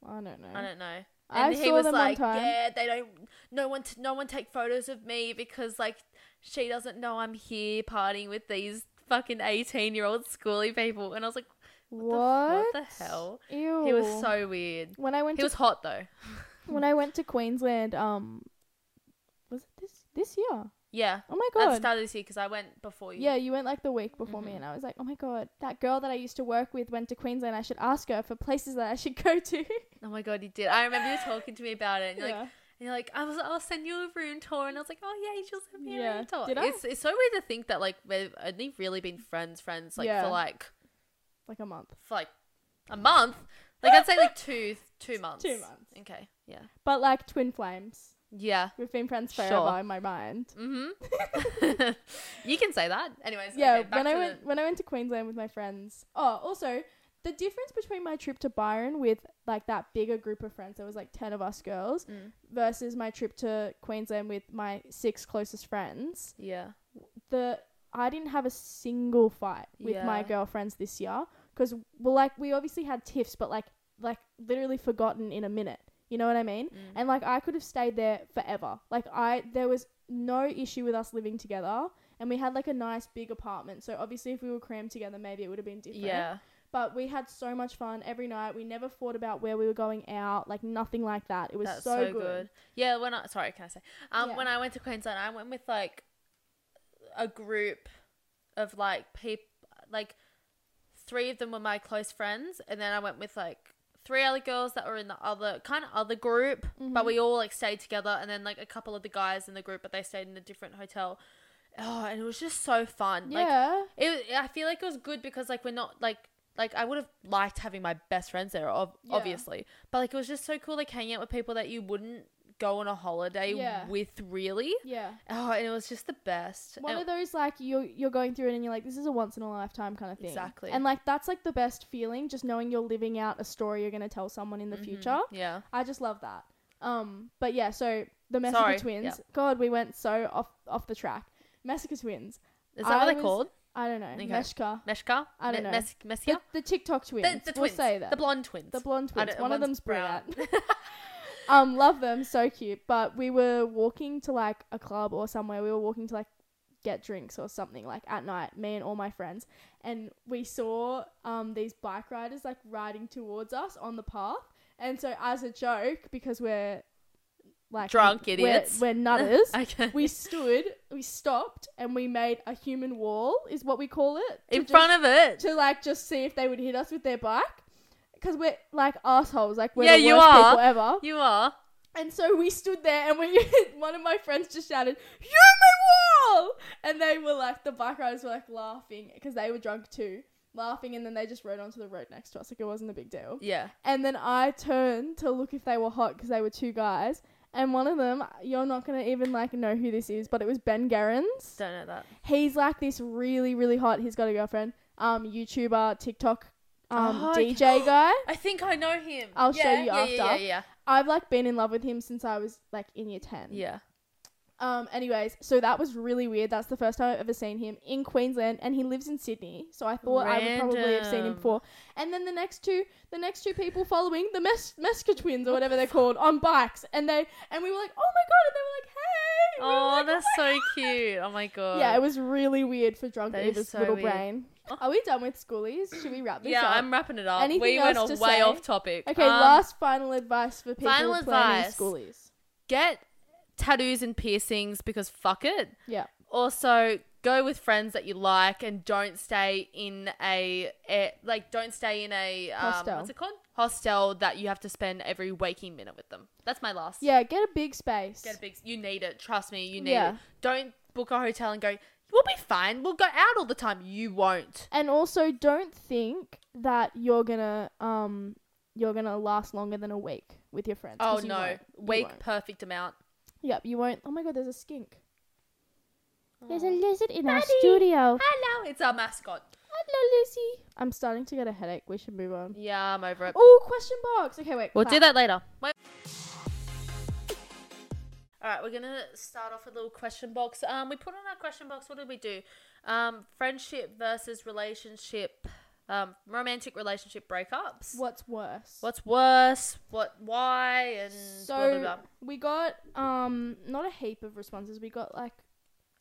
Speaker 4: I don't know.
Speaker 3: I don't know.
Speaker 4: I
Speaker 3: And he
Speaker 4: saw
Speaker 3: was
Speaker 4: them one
Speaker 3: like,
Speaker 4: time.
Speaker 3: "Yeah, they don't. No one, t- no one take photos of me because like she doesn't know I'm here partying with these fucking eighteen year old schooly people." And I was like,
Speaker 4: what?
Speaker 3: "What, the, what the hell?"
Speaker 4: Ew.
Speaker 3: He was so weird.
Speaker 4: When I went
Speaker 3: He
Speaker 4: to
Speaker 3: was hot though.
Speaker 4: when I went to Queensland, um, was it this this year?
Speaker 3: Yeah,
Speaker 4: Oh my
Speaker 3: at the
Speaker 4: god.
Speaker 3: start of this year because I went before you.
Speaker 4: yeah, you went like the week before me,
Speaker 3: Mhm.
Speaker 4: and I was like, oh my god, that girl that I used to work with went to Queensland. I should ask her for places that I should go to.
Speaker 3: Oh my god, you did. I remember you talking to me about it. And you're like,
Speaker 4: yeah.
Speaker 3: And you're like, I was, I'll send you a room tour. And I was like, oh, yeah, you just send me a
Speaker 4: Yeah.
Speaker 3: room tour.
Speaker 4: Did I?
Speaker 3: it's, it's so weird to think that, like, we've only really been friends, friends, like,
Speaker 4: Yeah.
Speaker 3: for, like,
Speaker 4: like a month.
Speaker 3: for, like, a month. Like, I'd say, like, two, two months.
Speaker 4: Two months.
Speaker 3: Okay, yeah.
Speaker 4: But like twin flames,
Speaker 3: Yeah.
Speaker 4: we've been friends
Speaker 3: Sure.
Speaker 4: forever in my mind.
Speaker 3: Mm-hmm. you can say that. Anyways,
Speaker 4: yeah,
Speaker 3: okay, back
Speaker 4: when
Speaker 3: to
Speaker 4: I
Speaker 3: the-
Speaker 4: went when I went to Queensland with my friends. Oh, also the difference between my trip to Byron with like that bigger group of friends, there was like ten of us girls,
Speaker 3: Mm.
Speaker 4: versus my trip to Queensland with my six closest friends.
Speaker 3: Yeah.
Speaker 4: The I didn't have a single fight with my
Speaker 3: Yeah.
Speaker 4: girlfriends this year because well, like we obviously had tiffs, but like like literally forgotten in a minute. You know what I mean?
Speaker 3: Mm.
Speaker 4: And like I could have stayed there forever. Like I there was no issue with us living together and we had like a nice big apartment. So obviously if we were crammed together maybe it would have been different.
Speaker 3: Yeah.
Speaker 4: But we had so much fun every night. We never thought about where we were going out, like nothing like that. It was
Speaker 3: That's
Speaker 4: so, good.
Speaker 3: Yeah, when I sorry, can I say? Um,
Speaker 4: Yeah.
Speaker 3: when I went to Queensland, I went with like a group of like people, like three of them were my close friends, and then I went with like three other girls that were in the other kind of other group, but
Speaker 4: Mhm.
Speaker 3: we all like stayed together, and then like a couple of the guys in the group, but they stayed in a different hotel. Oh, and it was just so fun. Like
Speaker 4: yeah.
Speaker 3: it, I feel like it was good because like we're not like like I would have liked having my best friends there, ob-
Speaker 4: Yeah.
Speaker 3: obviously, but like it was just so cool like hanging out with people that you wouldn't go on a holiday
Speaker 4: Yeah.
Speaker 3: with really.
Speaker 4: yeah.
Speaker 3: Oh, and it was just the best.
Speaker 4: One
Speaker 3: And-
Speaker 4: of those like you're you're going through it and you're like, this is a once in a lifetime kind of thing.
Speaker 3: Exactly.
Speaker 4: And like that's like the best feeling, just knowing you're living out a story you're gonna tell someone in the
Speaker 3: Mhm.
Speaker 4: future.
Speaker 3: Yeah,
Speaker 4: I just love that. Um, but yeah, so the Messica
Speaker 3: Sorry,
Speaker 4: twins.
Speaker 3: yeah.
Speaker 4: God, we went so off off the track. Messica twins.
Speaker 3: is that what
Speaker 4: I
Speaker 3: they're
Speaker 4: was-
Speaker 3: called?
Speaker 4: I don't know.
Speaker 3: Okay.
Speaker 4: Meshka.
Speaker 3: Meshka.
Speaker 4: I don't
Speaker 3: Me-
Speaker 4: know.
Speaker 3: Mes-
Speaker 4: The,
Speaker 3: Messia?
Speaker 4: the TikTok
Speaker 3: The,
Speaker 4: twins.
Speaker 3: the twins.
Speaker 4: We'll say that.
Speaker 3: The blonde twins.
Speaker 4: The blonde
Speaker 3: I
Speaker 4: twins.
Speaker 3: don't-
Speaker 4: One of them's
Speaker 3: one's
Speaker 4: brunette.
Speaker 3: brown.
Speaker 4: um, love them. So cute. But we were walking to like a club or somewhere. We were walking to like get drinks or something like at night. Me and all my friends, and we saw um these bike riders like riding towards us on the path. And so as a joke, because we're like
Speaker 3: Drunk
Speaker 4: we're-
Speaker 3: idiots.
Speaker 4: we're nutters.
Speaker 3: okay.
Speaker 4: we stood, we stopped, and we made a human wall, is what we call it. to
Speaker 3: in
Speaker 4: just-
Speaker 3: front of it.
Speaker 4: to like just see if they would hit us with their bike. Because we're like assholes, like we're
Speaker 3: Yeah,
Speaker 4: the
Speaker 3: you
Speaker 4: worst
Speaker 3: are.
Speaker 4: people ever.
Speaker 3: You are.
Speaker 4: And so we stood there, and we one of my friends just shouted, "Human wall!" And they were like, the bike riders were like laughing because they were drunk too, laughing, and then they just rode onto the road next to us, like it wasn't a big deal.
Speaker 3: Yeah.
Speaker 4: And then I turned to look if they were hot because they were two guys. And one of them, you're not gonna even like know who this is, but it was Ben Garens.
Speaker 3: Don't know that.
Speaker 4: He's like this really, really hot. He's got a girlfriend. Um, YouTuber, TikTok, um,
Speaker 3: Oh, okay.
Speaker 4: DJ guy.
Speaker 3: I think I know him.
Speaker 4: I'll show
Speaker 3: Yeah,
Speaker 4: you
Speaker 3: yeah, yeah,
Speaker 4: after.
Speaker 3: Yeah,
Speaker 4: I've like been in love with him since I was like in year ten.
Speaker 3: yeah, yeah.
Speaker 4: Um, anyways, so that was really weird. That's the first time I've ever seen him in Queensland, and he lives in Sydney. So I thought I would probably have seen him
Speaker 3: Random.
Speaker 4: before. And then the next two, the next two people following the Mes- Mesker twins or whatever they're called on bikes, and they and we were like, oh my god, and they were like, hey. We were
Speaker 3: Oh,
Speaker 4: like,
Speaker 3: that's
Speaker 4: my
Speaker 3: so
Speaker 4: God."
Speaker 3: cute. Oh my god.
Speaker 4: Yeah, it was really weird for drunk
Speaker 3: That is
Speaker 4: Eva's
Speaker 3: so
Speaker 4: little
Speaker 3: weird.
Speaker 4: brain. Are we done with schoolies? Should we wrap this
Speaker 3: Yeah,
Speaker 4: up?
Speaker 3: I'm wrapping it up.
Speaker 4: Anything
Speaker 3: we went
Speaker 4: else
Speaker 3: a
Speaker 4: to
Speaker 3: way
Speaker 4: say?
Speaker 3: off topic.
Speaker 4: Okay,
Speaker 3: Um,
Speaker 4: last final advice for people
Speaker 3: final
Speaker 4: planning
Speaker 3: advice.
Speaker 4: schoolies.
Speaker 3: get tattoos and piercings because fuck it.
Speaker 4: Yeah.
Speaker 3: Also, go with friends that you like and don't stay in a eh, like don't stay in a um,
Speaker 4: Hostel.
Speaker 3: what's it called hostel that you have to spend every waking minute with them. That's my last.
Speaker 4: Yeah, get a big space.
Speaker 3: Get a big. You need it. Trust me. You need
Speaker 4: Yeah.
Speaker 3: it. Don't book a hotel and go. We'll be fine. We'll go out all the time. You won't.
Speaker 4: and also don't think that you're gonna um you're gonna last longer than a week with your friends.
Speaker 3: Oh
Speaker 4: 'cause you
Speaker 3: no.
Speaker 4: won't. You
Speaker 3: Weak,
Speaker 4: won't.
Speaker 3: perfect amount.
Speaker 4: Yep, you won't. Oh my god, there's a skink.
Speaker 5: There's a lizard in our
Speaker 3: Daddy.
Speaker 5: studio.
Speaker 3: Hello, it's our mascot.
Speaker 4: Hello, Lucy. I'm starting to get a headache. We should move on.
Speaker 3: Yeah, I'm over it.
Speaker 4: Oh, question box. Okay, wait.
Speaker 3: We'll
Speaker 4: clap.
Speaker 3: do that later. Wait. All right, we're gonna start off with a little question box. Um, we put on our question box. What did we do? Um, friendship versus relationship, um, romantic relationship breakups.
Speaker 4: What's worse?
Speaker 3: What's worse? What? Why? And
Speaker 4: so
Speaker 3: blah, blah, blah.
Speaker 4: we got um not a heap of responses. We got like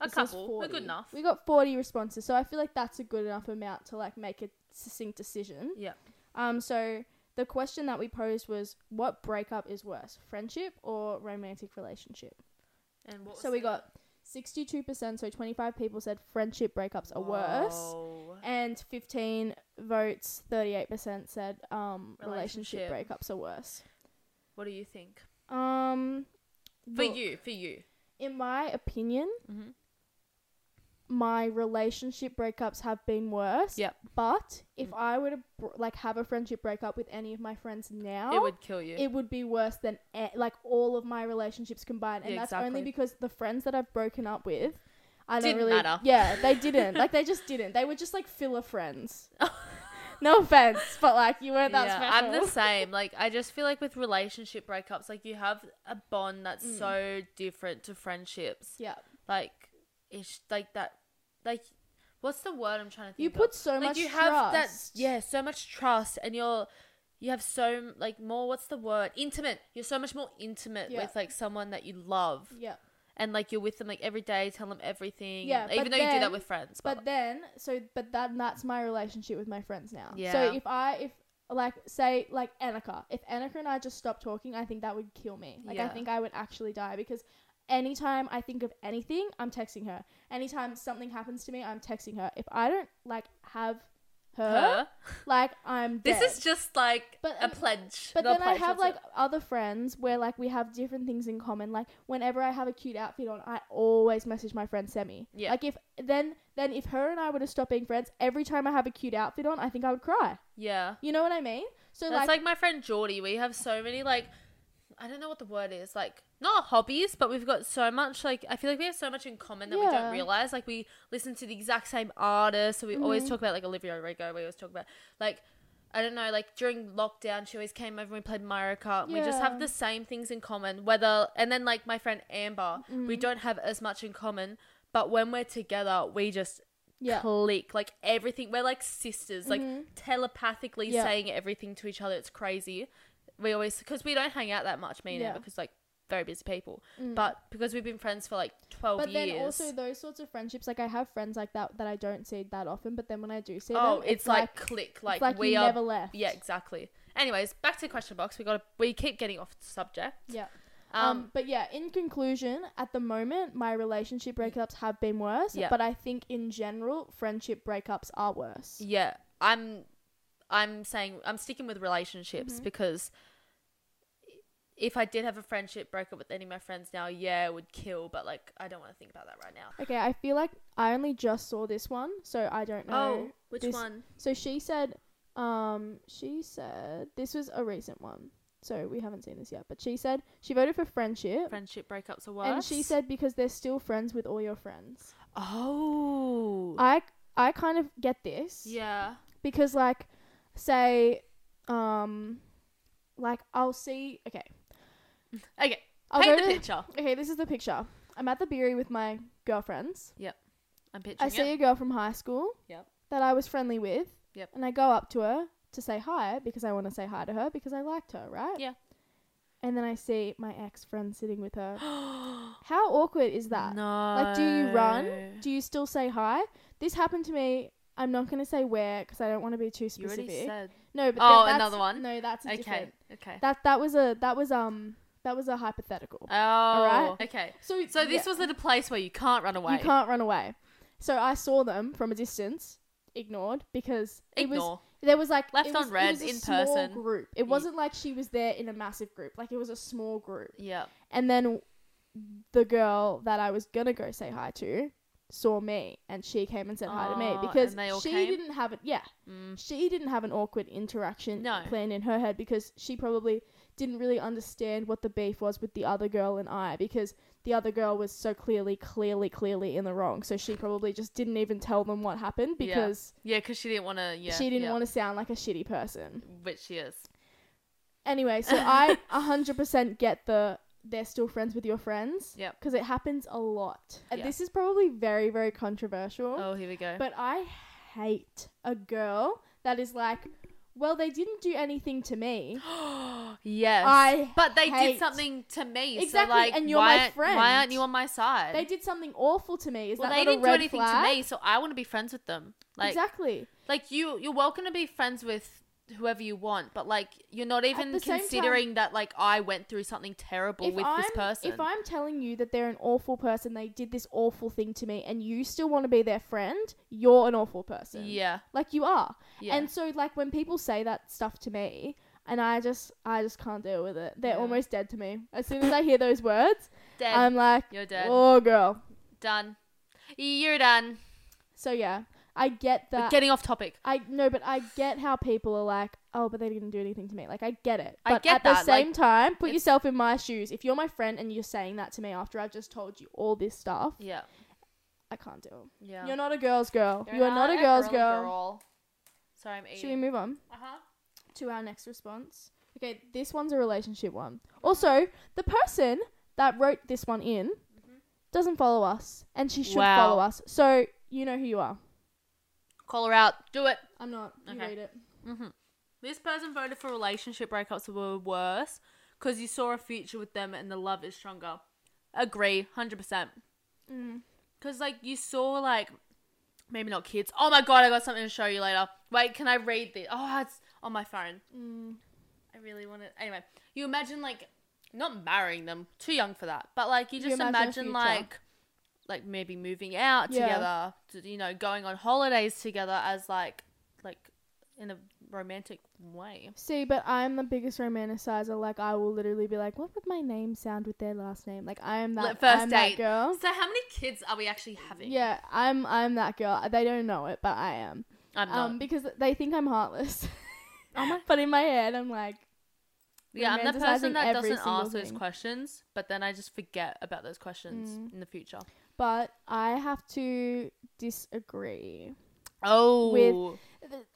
Speaker 3: a
Speaker 4: it says
Speaker 3: couple. We're
Speaker 4: 40.
Speaker 3: good enough.
Speaker 4: We got forty responses, so I feel like that's a good enough amount to like make a succinct decision.
Speaker 3: Yeah.
Speaker 4: Um, so the question that we posed was what breakup is worse, friendship or romantic relationship?
Speaker 3: And what was
Speaker 4: So we
Speaker 3: the-
Speaker 4: got 62%, so 25 people said friendship breakups are worse.
Speaker 3: Whoa.
Speaker 4: And 15 votes, 38% said um, relationship.
Speaker 3: Relationship.
Speaker 4: breakups are worse.
Speaker 3: What do you think?
Speaker 4: Um,
Speaker 3: For
Speaker 4: look,
Speaker 3: you, for you.
Speaker 4: In my opinion,
Speaker 3: Mhm.
Speaker 4: my relationship breakups have been worse.
Speaker 3: Yep. Mm.
Speaker 4: But if I were to br- like have a friendship breakup with any of my friends now,
Speaker 3: It would kill you.
Speaker 4: it would be worse than e- like all of my relationships combined, and
Speaker 3: Yeah,
Speaker 4: that's only
Speaker 3: exactly.
Speaker 4: because the friends that I've broken up with, I don't
Speaker 3: Didn't
Speaker 4: really.
Speaker 3: matter.
Speaker 4: Yeah, they didn't. like they just didn't. They were just like filler friends. No offense, but like you weren't that
Speaker 3: I'm
Speaker 4: special.
Speaker 3: the same. Like I just feel like with relationship breakups, like you have a bond that's
Speaker 4: Mm.
Speaker 3: so different to friendships.
Speaker 4: yeah,
Speaker 3: Like it's like that. Like what's the word I'm trying to think?
Speaker 4: you
Speaker 3: of?
Speaker 4: put so
Speaker 3: like
Speaker 4: much.
Speaker 3: you have
Speaker 4: trust.
Speaker 3: that yeah so much trust and you're you have so like more what's the word intimate you're so much more intimate
Speaker 4: Yeah.
Speaker 3: with like someone that you love
Speaker 4: yeah.
Speaker 3: and like you're with them like every day tell them everything
Speaker 4: Yeah,
Speaker 3: even
Speaker 4: but
Speaker 3: though you do
Speaker 4: then-
Speaker 3: that with friends but,
Speaker 4: But then, so but that that's my relationship with my friends now.
Speaker 3: Yeah.
Speaker 4: So if I if like say like Annika, if Annika and I just stopped talking, I think that would kill me. Like I
Speaker 3: Yeah.
Speaker 4: think I would actually die because anytime I think of anything, I'm texting her. Anytime something happens to me, I'm texting her. If I don't like have her,
Speaker 3: her
Speaker 4: like I'm
Speaker 3: this
Speaker 4: dead.
Speaker 3: is just like
Speaker 4: But- um,
Speaker 3: a pledge
Speaker 4: But
Speaker 3: Not
Speaker 4: then I
Speaker 3: pledge,
Speaker 4: have like
Speaker 3: what's it?
Speaker 4: other friends where like we have different things in common. Like whenever I have a cute outfit on, I always message my friend Semi.
Speaker 3: Yeah.
Speaker 4: Like if then then if her and I were to stop being friends, every time I have a cute outfit on, I think I would cry.
Speaker 3: yeah
Speaker 4: You know what I mean? So
Speaker 3: That's
Speaker 4: like,
Speaker 3: like, my friend Geordie. We have so many like I don't know what the word is, like not hobbies, but we've got so much like I feel like we have so much in common that we
Speaker 4: Yeah.
Speaker 3: don't realise. Like we listen to the exact same artists, so we
Speaker 4: Mm-hmm.
Speaker 3: always talk about like Olivia Rodrigo, we always talk about like I don't know, like during lockdown she always came over and we played Mario Kart. We just
Speaker 4: Yeah.
Speaker 3: have the same things in common. Whether and then like my friend Amber,
Speaker 4: Mm-hmm.
Speaker 3: we don't have as much in common, but when we're together we just
Speaker 4: yeah. Mm-hmm.
Speaker 3: click. Like everything, we're like sisters, like telepathically
Speaker 4: Yeah.
Speaker 3: saying everything to each other. It's crazy. We always because we don't hang out that much, me and
Speaker 4: Yeah. Mm.
Speaker 3: Emma, because like very busy people. But because we've been friends for like twelve
Speaker 4: But then
Speaker 3: years,
Speaker 4: also those sorts of friendships, like I have friends like that that I don't see that often. But then when I do see
Speaker 3: oh,
Speaker 4: them,
Speaker 3: it's, like, click, like,
Speaker 4: it's like
Speaker 3: we
Speaker 4: you
Speaker 3: are.
Speaker 4: never left.
Speaker 3: Yeah, exactly. Anyways, back to question box. We got to we keep getting off subject.
Speaker 4: Yeah.
Speaker 3: Um,
Speaker 4: Um, but yeah, in conclusion, at the moment, my relationship breakups have been worse.
Speaker 3: Yeah.
Speaker 4: But I think in general, friendship breakups are worse.
Speaker 3: yeah, I'm I'm saying I'm sticking with relationships because if I did have a friendship breakup with any of my friends now, yeah, it would kill. But like, I don't want to think about that right now.
Speaker 4: Okay, I feel like I only just saw this one, so I don't know.
Speaker 3: Oh, which
Speaker 4: this-
Speaker 3: one?
Speaker 4: So she said, um, she said this was a recent one, so we haven't seen this yet. But she said she voted for friendship,
Speaker 3: Friendship breakups are worse.
Speaker 4: and she said because they're still friends with all your friends.
Speaker 3: "Oh,
Speaker 4: I I kind of get this.
Speaker 3: yeah,
Speaker 4: because like say um like i'll see okay
Speaker 3: okay."
Speaker 4: i'll
Speaker 3: Paint
Speaker 4: go
Speaker 3: the
Speaker 4: to
Speaker 3: picture.
Speaker 4: okay this is the picture I'm at the beery with my girlfriends.
Speaker 3: I'm
Speaker 4: I
Speaker 3: picturing
Speaker 4: see
Speaker 3: it.
Speaker 4: a girl from high school
Speaker 3: Yep.
Speaker 4: that I was friendly with.
Speaker 3: Yep.
Speaker 4: And I go up to her to say hi because I want to say hi to her because I liked her, right?
Speaker 3: Yeah.
Speaker 4: And then I see my ex friend sitting with her. How awkward is that?
Speaker 3: No.
Speaker 4: Like, do you run? Do you still say hi? This happened to me. I'm not going to say where because I don't want to be too
Speaker 3: You already
Speaker 4: specific.
Speaker 3: said.
Speaker 4: No, but
Speaker 3: Oh,
Speaker 4: that- that's-
Speaker 3: another one?
Speaker 4: No, that's a
Speaker 3: Okay.
Speaker 4: different.
Speaker 3: Okay.
Speaker 4: That that was a that was um that was a hypothetical.
Speaker 3: Oh.
Speaker 4: right.
Speaker 3: Okay.
Speaker 4: So
Speaker 3: So this
Speaker 4: yeah,
Speaker 3: was at a place where you can't run away.
Speaker 4: you can't run away. So I saw them from a distance, ignored because it was
Speaker 3: Ignore.
Speaker 4: there was like
Speaker 3: Left
Speaker 4: it
Speaker 3: on
Speaker 4: was, it
Speaker 3: red,
Speaker 4: was a
Speaker 3: in
Speaker 4: small
Speaker 3: person.
Speaker 4: group. It wasn't like she was there in a massive group. Like it was a small group.
Speaker 3: yeah.
Speaker 4: And then the girl that I was gonna go say hi to saw me, and she came and said hi to me
Speaker 3: Oh,
Speaker 4: because
Speaker 3: and they all
Speaker 4: she
Speaker 3: came?
Speaker 4: didn't have it. Yeah,
Speaker 3: Mm.
Speaker 4: she didn't have an awkward interaction
Speaker 3: No.
Speaker 4: planned in her head because she probably didn't really understand what the beef was with the other girl and I because the other girl was so clearly, clearly, clearly in the wrong. So she probably just didn't even tell them what happened
Speaker 3: Yeah.
Speaker 4: because
Speaker 3: Yeah, because she didn't want to. Yeah.
Speaker 4: she didn't
Speaker 3: yeah.
Speaker 4: want to sound like a shitty person.
Speaker 3: Which she is.
Speaker 4: Anyway, so I 100% get the they're still friends with your friends.
Speaker 3: Yep.
Speaker 4: Because it happens a lot. And
Speaker 3: Yeah.
Speaker 4: this is probably very, very controversial.
Speaker 3: Oh, here we go.
Speaker 4: But I hate a girl that is like, well, they didn't do anything to me.
Speaker 3: yes.
Speaker 4: I
Speaker 3: but they
Speaker 4: hate-
Speaker 3: did something to me. So
Speaker 4: Exactly,
Speaker 3: like,
Speaker 4: and you're
Speaker 3: why,
Speaker 4: my
Speaker 3: aren't-
Speaker 4: friend.
Speaker 3: Why aren't you on my side?
Speaker 4: They did something awful to me. Is
Speaker 3: well,
Speaker 4: that
Speaker 3: they
Speaker 4: not
Speaker 3: didn't
Speaker 4: a
Speaker 3: do
Speaker 4: red
Speaker 3: anything
Speaker 4: flag?
Speaker 3: to me, so I want to be friends with them. Like,
Speaker 4: exactly.
Speaker 3: like you, you're welcome to be friends with whoever you want, but like, you're not even
Speaker 4: the same time-
Speaker 3: considering that like I went through something terrible with
Speaker 4: I'm,
Speaker 3: this person.
Speaker 4: if I'm telling you that they're an awful person, they did this awful thing to me, and you still want to be their friend, you're an awful person.
Speaker 3: yeah,
Speaker 4: Like you are.
Speaker 3: yeah,
Speaker 4: And so like when people say that stuff to me and I just I just can't deal with it. They're
Speaker 3: Yeah.
Speaker 4: almost dead to me. As soon as I hear those words,
Speaker 3: dead,
Speaker 4: I'm like,
Speaker 3: You're dead.
Speaker 4: "Oh girl."
Speaker 3: done, you're done.
Speaker 4: So yeah, I get
Speaker 3: We're
Speaker 4: that.
Speaker 3: getting off topic.
Speaker 4: I no, but I get how people are like, "Oh, but they didn't do anything to me." Like I get it.
Speaker 3: I
Speaker 4: But
Speaker 3: get
Speaker 4: at
Speaker 3: that,
Speaker 4: the same
Speaker 3: like,
Speaker 4: time, put
Speaker 3: it's-
Speaker 4: yourself in my shoes. If you're my friend and you're saying that to me after I've just told you all this stuff,
Speaker 3: Yeah,
Speaker 4: I can't do it.
Speaker 3: yeah.
Speaker 4: You're not a girl's girl. You're, not, a girl's girl.
Speaker 3: Sorry, I'm
Speaker 4: Should we
Speaker 3: eating.
Speaker 4: move on?
Speaker 3: Uh
Speaker 2: Uh-huh.
Speaker 3: huh.
Speaker 4: to our next response. Okay, this one's a relationship one. Also, the person that wrote this one in doesn't follow us, and she should
Speaker 3: Wow.
Speaker 4: follow us. So you know who you are.
Speaker 3: Call her out. Do it.
Speaker 4: I'm not. You
Speaker 3: Okay.
Speaker 4: read it.
Speaker 3: This person voted for relationship breakups were worse because you saw a future with them and the love is stronger. Agree, hundred percent.
Speaker 4: Mm-hmm.
Speaker 3: Because like you saw like maybe not kids. Oh my god, I got something to show you later. Wait, can I read this? Oh, it's on my phone.
Speaker 4: Mm-hmm.
Speaker 3: I really want to. Anyway, you imagine like not marrying them, too young for that. But like you
Speaker 4: You
Speaker 3: just
Speaker 4: imagine a
Speaker 3: imagine,
Speaker 4: future.
Speaker 3: like like maybe moving out
Speaker 4: Yeah.
Speaker 3: together, to, you know, going on holidays together as like like in a romantic way.
Speaker 4: See, but I'm the biggest romanticizer. Like, I will literally be like, "What would my name sound with their last name?" Like, I am that
Speaker 3: Like, first
Speaker 4: I'm that
Speaker 3: date.
Speaker 4: girl.
Speaker 3: So how many kids are we actually having?
Speaker 4: Yeah, I'm I'm that girl. They don't know it, but I am.
Speaker 3: I'm not.
Speaker 4: Um, because they think I'm heartless. but in my head, I'm like,
Speaker 3: yeah, I'm the person
Speaker 4: romanticising
Speaker 3: that
Speaker 4: every
Speaker 3: doesn't
Speaker 4: single
Speaker 3: ask those
Speaker 4: thing. Mm.
Speaker 3: questions, but then I just forget about those questions in the future.
Speaker 4: but I have to disagree.
Speaker 3: Oh,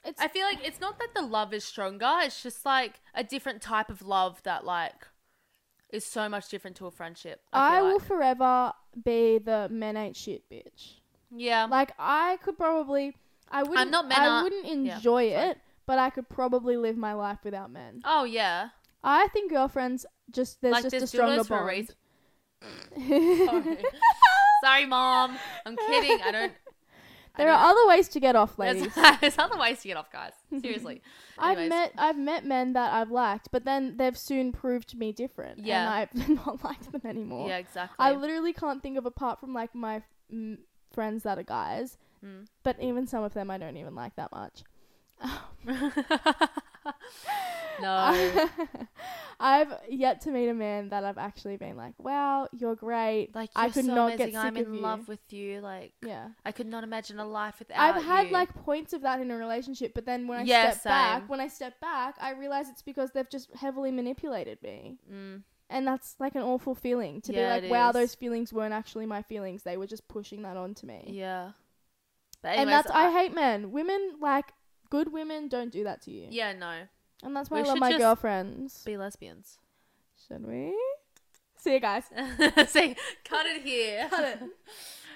Speaker 4: It's,
Speaker 3: I feel like it's not that the love is stronger. It's just like a different type of love that like is so much different to a friendship. I,
Speaker 4: I
Speaker 3: feel
Speaker 4: will
Speaker 3: like.
Speaker 4: forever be the men ain't shit bitch.
Speaker 3: yeah,
Speaker 4: Like I could probably, I wouldn't,
Speaker 3: Um, not men
Speaker 4: I
Speaker 3: aren't-
Speaker 4: wouldn't
Speaker 3: yeah,
Speaker 4: enjoy
Speaker 3: sorry.
Speaker 4: it, but I could probably live my life without men.
Speaker 3: oh yeah.
Speaker 4: I think girlfriends just there's
Speaker 3: Like,
Speaker 4: just a
Speaker 3: there's
Speaker 4: stronger
Speaker 3: dildos for a
Speaker 4: bond.
Speaker 3: reason. Sorry. Sorry, mom. I'm kidding. I don't.
Speaker 4: there are other ways to get off, ladies.
Speaker 3: There's, there's other ways to get off, guys. Seriously.
Speaker 4: I've
Speaker 3: Anyways.
Speaker 4: met I've met men that I've liked, but then they've soon proved me different.
Speaker 3: Yeah.
Speaker 4: and I've not liked them anymore.
Speaker 3: Yeah, exactly.
Speaker 4: I literally can't think of apart from like my mm, friends that are guys,
Speaker 3: Mm.
Speaker 4: but even some of them I don't even like that much.
Speaker 3: no.
Speaker 4: I've yet to meet a man that I've actually been like, "Wow, you're great."
Speaker 3: Like
Speaker 4: I
Speaker 3: you're
Speaker 4: could
Speaker 3: so
Speaker 4: not
Speaker 3: amazing.
Speaker 4: get sick
Speaker 3: I'm
Speaker 4: of
Speaker 3: in
Speaker 4: you.
Speaker 3: love with you. Like
Speaker 4: yeah,
Speaker 3: I could not imagine a life without
Speaker 4: I've had
Speaker 3: uh, you.
Speaker 4: like points of that in a relationship, but then when I
Speaker 3: Yeah,
Speaker 4: step back,
Speaker 3: same.
Speaker 4: when I step back, I realize it's because they've just heavily manipulated me,
Speaker 3: Mm.
Speaker 4: and that's like an awful feeling to
Speaker 3: Yeah,
Speaker 4: be
Speaker 3: it
Speaker 4: like, "Wow,
Speaker 3: is.
Speaker 4: those feelings weren't actually my feelings; they were just pushing that onto me."
Speaker 3: Yeah. But
Speaker 4: and
Speaker 3: anyways,
Speaker 4: that's I hate men. Women like good women don't do that to you.
Speaker 3: Yeah, no.
Speaker 4: And that's why
Speaker 3: We
Speaker 4: I love
Speaker 3: should
Speaker 4: my
Speaker 3: just
Speaker 4: girlfriends.
Speaker 3: Be lesbians.
Speaker 4: Should we? See you guys.
Speaker 3: See, cut it here. Um,
Speaker 4: Cut it.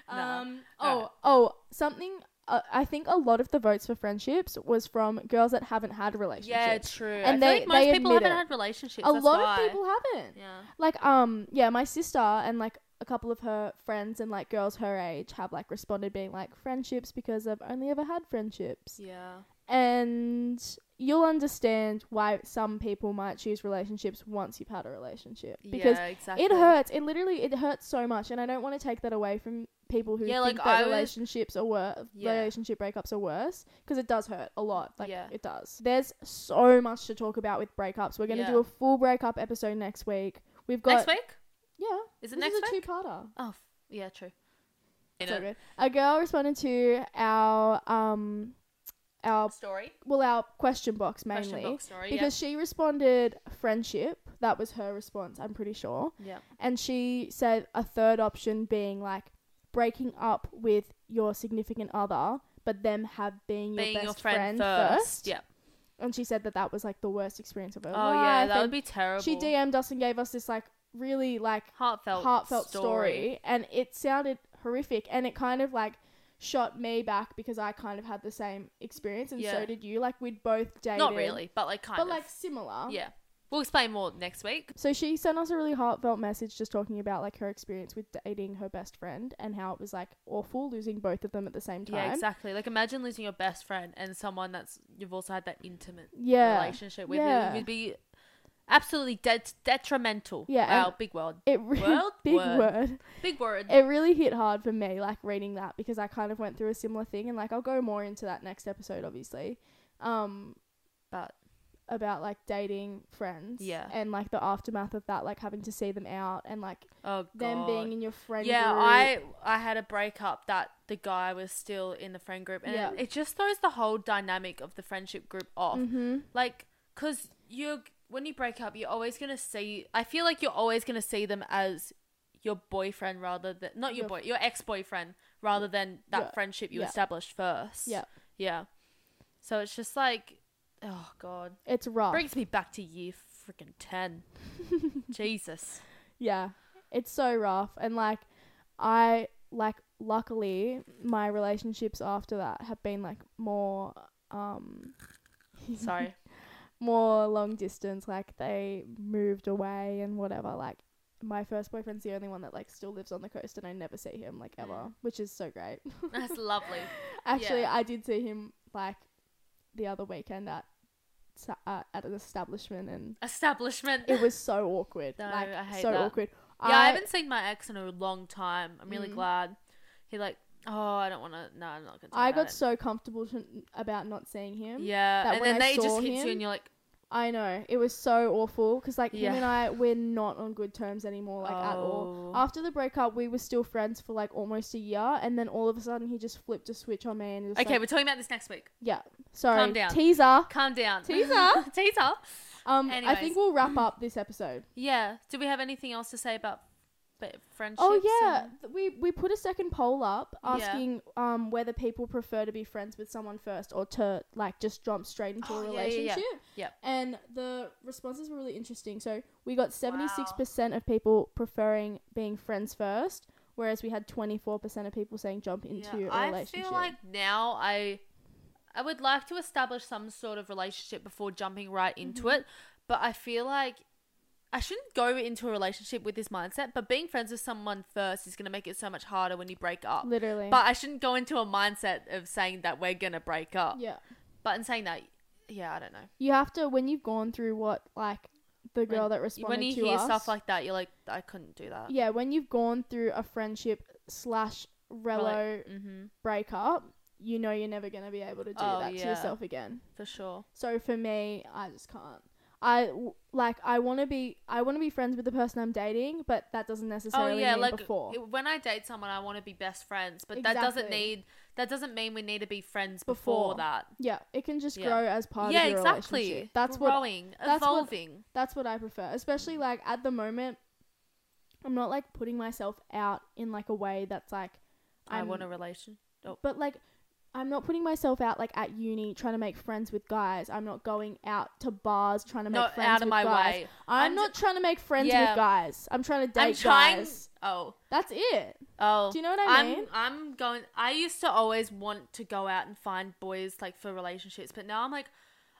Speaker 3: Nah.
Speaker 4: Um, oh,
Speaker 3: Alright.
Speaker 4: oh, something. Uh, I think a lot of the votes for friendships was from girls that haven't had relationships.
Speaker 3: Yeah, true.
Speaker 4: And
Speaker 3: I
Speaker 4: they-
Speaker 3: feel like most
Speaker 4: they
Speaker 3: people
Speaker 4: admit
Speaker 3: haven't
Speaker 4: it.
Speaker 3: had relationships.
Speaker 4: a
Speaker 3: that's
Speaker 4: lot
Speaker 3: why.
Speaker 4: of people haven't.
Speaker 3: Yeah.
Speaker 4: Like, um, yeah, my sister and like a couple of her friends and like girls her age have like responded being like friendships because I've only ever had friendships.
Speaker 3: Yeah.
Speaker 4: And you'll understand why some people might choose relationships once you've had a relationship because
Speaker 3: yeah, exactly.
Speaker 4: it hurts. It literally it hurts so much, and I don't want to take that away from people who
Speaker 3: Yeah,
Speaker 4: think
Speaker 3: like,
Speaker 4: that
Speaker 3: I was-
Speaker 4: relationships are wor-
Speaker 3: Yeah.
Speaker 4: relationship breakups are worse because it does hurt a lot. Like
Speaker 3: Yeah.
Speaker 4: it does. There's so much to talk about with breakups. We're gonna
Speaker 3: Yeah.
Speaker 4: do a full breakup episode next week. We've got
Speaker 3: Next week?
Speaker 4: yeah.
Speaker 3: Is
Speaker 4: this
Speaker 3: it next
Speaker 4: is a
Speaker 3: week?
Speaker 4: two-parter.
Speaker 3: Oh, f- yeah, true. You
Speaker 4: So
Speaker 3: know,
Speaker 4: good. A girl responded to our um our
Speaker 3: story.
Speaker 4: well our question box mainly.
Speaker 3: Question box story.
Speaker 4: Because she responded friendship. That was her response, I'm pretty sure.
Speaker 3: yeah.
Speaker 4: And she said a third option being like breaking up with your significant other, but them have being
Speaker 3: yeah.
Speaker 4: your
Speaker 3: Being
Speaker 4: best
Speaker 3: your friend,
Speaker 4: first.
Speaker 3: first. Yeah.
Speaker 4: And she said that that was like the worst experience of her
Speaker 3: Oh,
Speaker 4: life.
Speaker 3: yeah, that would
Speaker 4: and
Speaker 3: be terrible.
Speaker 4: She DM'd us and gave us this like really like
Speaker 3: heartfelt,
Speaker 4: heartfelt story. and it sounded horrific and it kind of like shot me back because I kind of had the same experience and
Speaker 3: Yeah.
Speaker 4: so did you. Like we'd both dated.
Speaker 3: Not really, but like kind
Speaker 4: But
Speaker 3: of.
Speaker 4: like similar.
Speaker 3: yeah. We'll explain more next week.
Speaker 4: So she sent us a really heartfelt message just talking about like her experience with dating her best friend and how it was like awful losing both of them at the same time.
Speaker 3: Yeah, exactly. Like imagine losing your best friend and someone that's you've also had that intimate
Speaker 4: Yeah.
Speaker 3: relationship with.
Speaker 4: Yeah.
Speaker 3: It would be absolutely det- detrimental.
Speaker 4: Yeah,
Speaker 3: Wow,
Speaker 4: and-
Speaker 3: big word.
Speaker 4: It really
Speaker 3: World
Speaker 4: big
Speaker 3: word.
Speaker 4: word.
Speaker 3: Big word.
Speaker 4: It really hit hard for me like reading that because I kind of went through a similar thing and like I'll go more into that next episode obviously. Um
Speaker 3: but
Speaker 4: about like dating friends
Speaker 3: Yeah.
Speaker 4: and like the aftermath of that like having to see them out and like
Speaker 3: oh god.
Speaker 4: them being in your friend
Speaker 3: yeah,
Speaker 4: group.
Speaker 3: I I had a breakup that the guy was still in the friend group, and
Speaker 4: Yeah.
Speaker 3: it, it just throws the whole dynamic of the friendship group off.
Speaker 4: Mhm.
Speaker 3: Like, cause you're when you break up, you're always gonna see. I feel like you're always gonna see them as your boyfriend rather than not your
Speaker 4: Your-
Speaker 3: boy, your ex boyfriend rather than that
Speaker 4: Yeah.
Speaker 3: friendship you
Speaker 4: Yeah.
Speaker 3: established first.
Speaker 4: Yeah.
Speaker 3: yeah. So it's just like, oh god,
Speaker 4: It's rough.
Speaker 3: brings me back to year freaking ten. Jesus.
Speaker 4: Yeah. It's so rough. And like I like luckily my relationships after that have been like more um
Speaker 3: Sorry.
Speaker 4: more long distance, like they moved away and whatever. Like my first boyfriend's the only one that like still lives on the coast and I never see him like ever,
Speaker 3: Mm.
Speaker 4: which is so great.
Speaker 3: That's lovely.
Speaker 4: Actually,
Speaker 3: Yeah.
Speaker 4: I did see him like the other weekend at sa- uh, at an establishment and
Speaker 3: Establishment.
Speaker 4: it was so awkward.
Speaker 3: No,
Speaker 4: like
Speaker 3: I hate
Speaker 4: so
Speaker 3: that.
Speaker 4: awkward.
Speaker 3: Yeah, I, haven't seen my ex in a long time. I'm really
Speaker 4: Mm.
Speaker 3: glad. He like, oh, I don't want to. No, I'm not gonna. Talk
Speaker 4: I
Speaker 3: about
Speaker 4: got
Speaker 3: it."
Speaker 4: so comfortable to, about not seeing him.
Speaker 3: yeah,
Speaker 4: that
Speaker 3: and
Speaker 4: when
Speaker 3: then
Speaker 4: I
Speaker 3: they
Speaker 4: saw
Speaker 3: just hit
Speaker 4: him-
Speaker 3: you, and you're like,
Speaker 4: I know it was so awful because like
Speaker 3: Yeah.
Speaker 4: him and I we're not on good terms anymore, like at all.
Speaker 3: oh.
Speaker 4: After the breakup, we were still friends for like almost a year, and then all of a sudden he just flipped a switch on me and just
Speaker 3: okay,
Speaker 4: like,
Speaker 3: we're talking about this next week.
Speaker 4: yeah, sorry,
Speaker 3: calm down.
Speaker 4: teaser.
Speaker 3: Calm down.
Speaker 4: Teaser.
Speaker 3: Teaser.
Speaker 4: Um, I
Speaker 3: Anyways.
Speaker 4: think we'll wrap up this episode.
Speaker 3: Yeah. Do we have anything else to say about ba- friendships?
Speaker 4: Oh yeah,
Speaker 3: and-
Speaker 4: Th- we we put a second poll up
Speaker 3: Yeah.
Speaker 4: asking um whether people prefer to be friends with someone first or to like just jump straight into a
Speaker 3: Oh, yeah, yeah, yeah.
Speaker 4: relationship.
Speaker 3: Yep.
Speaker 4: And the responses were really interesting. So we got seventy six percent of people preferring being friends first, whereas we had twenty four percent of people saying jump into
Speaker 3: Yeah,
Speaker 4: a
Speaker 3: I
Speaker 4: relationship.
Speaker 3: feel like now I, I would like to establish some sort of relationship before jumping right into
Speaker 4: Mm-hmm.
Speaker 3: it, but I feel like I shouldn't go into a relationship with this mindset. But being friends with someone first is going to make it so much harder when you break up.
Speaker 4: Literally.
Speaker 3: But I shouldn't go into a mindset of saying that we're going to break up.
Speaker 4: yeah.
Speaker 3: But in saying that, yeah, I don't know.
Speaker 4: You have to when you've gone through what like the girl that responded
Speaker 3: when you
Speaker 4: to
Speaker 3: hear
Speaker 4: us,
Speaker 3: stuff like that, you're like, I couldn't do that.
Speaker 4: yeah, when you've gone through a friendship slash
Speaker 3: Or
Speaker 4: relo
Speaker 3: like, mhm,
Speaker 4: breakup, you know you're never going to be able to do
Speaker 3: Oh,
Speaker 4: that
Speaker 3: yeah.
Speaker 4: to yourself again.
Speaker 3: for sure.
Speaker 4: So for me, I just can't. I w- like I want to be I want to be friends with the person I'm dating, but that doesn't
Speaker 3: Oh
Speaker 4: necessarily
Speaker 3: yeah,
Speaker 4: mean
Speaker 3: like
Speaker 4: before.
Speaker 3: it- when I date someone, I want to be best friends, but that doesn't
Speaker 4: Exactly.
Speaker 3: need that doesn't mean we need to be friends before,
Speaker 4: Before.
Speaker 3: that.
Speaker 4: yeah, it can just
Speaker 3: Yeah.
Speaker 4: grow as part
Speaker 3: yeah,
Speaker 4: of your
Speaker 3: exactly.
Speaker 4: relationship. That's what
Speaker 3: growing,
Speaker 4: that's what-
Speaker 3: evolving.
Speaker 4: that's what I prefer, especially like at the moment I'm not like putting myself out in like a way that's like
Speaker 3: I
Speaker 4: I'm-
Speaker 3: want a relation.
Speaker 4: but like I'm not putting myself out like at uni trying to make friends with guys. I'm not going out to bars trying to make
Speaker 3: Not
Speaker 4: friends
Speaker 3: out of
Speaker 4: with
Speaker 3: my
Speaker 4: guys.
Speaker 3: way.
Speaker 4: I'm,
Speaker 3: I'm
Speaker 4: not trying to make friends
Speaker 3: Yeah.
Speaker 4: with guys. I'm trying to date
Speaker 3: I'm trying.
Speaker 4: guys.
Speaker 3: Oh,
Speaker 4: That's it.
Speaker 3: oh.
Speaker 4: Do you know what I
Speaker 3: am
Speaker 4: mean?
Speaker 3: I'm going. I used to always want to go out and find boys like for relationships, but now I'm like,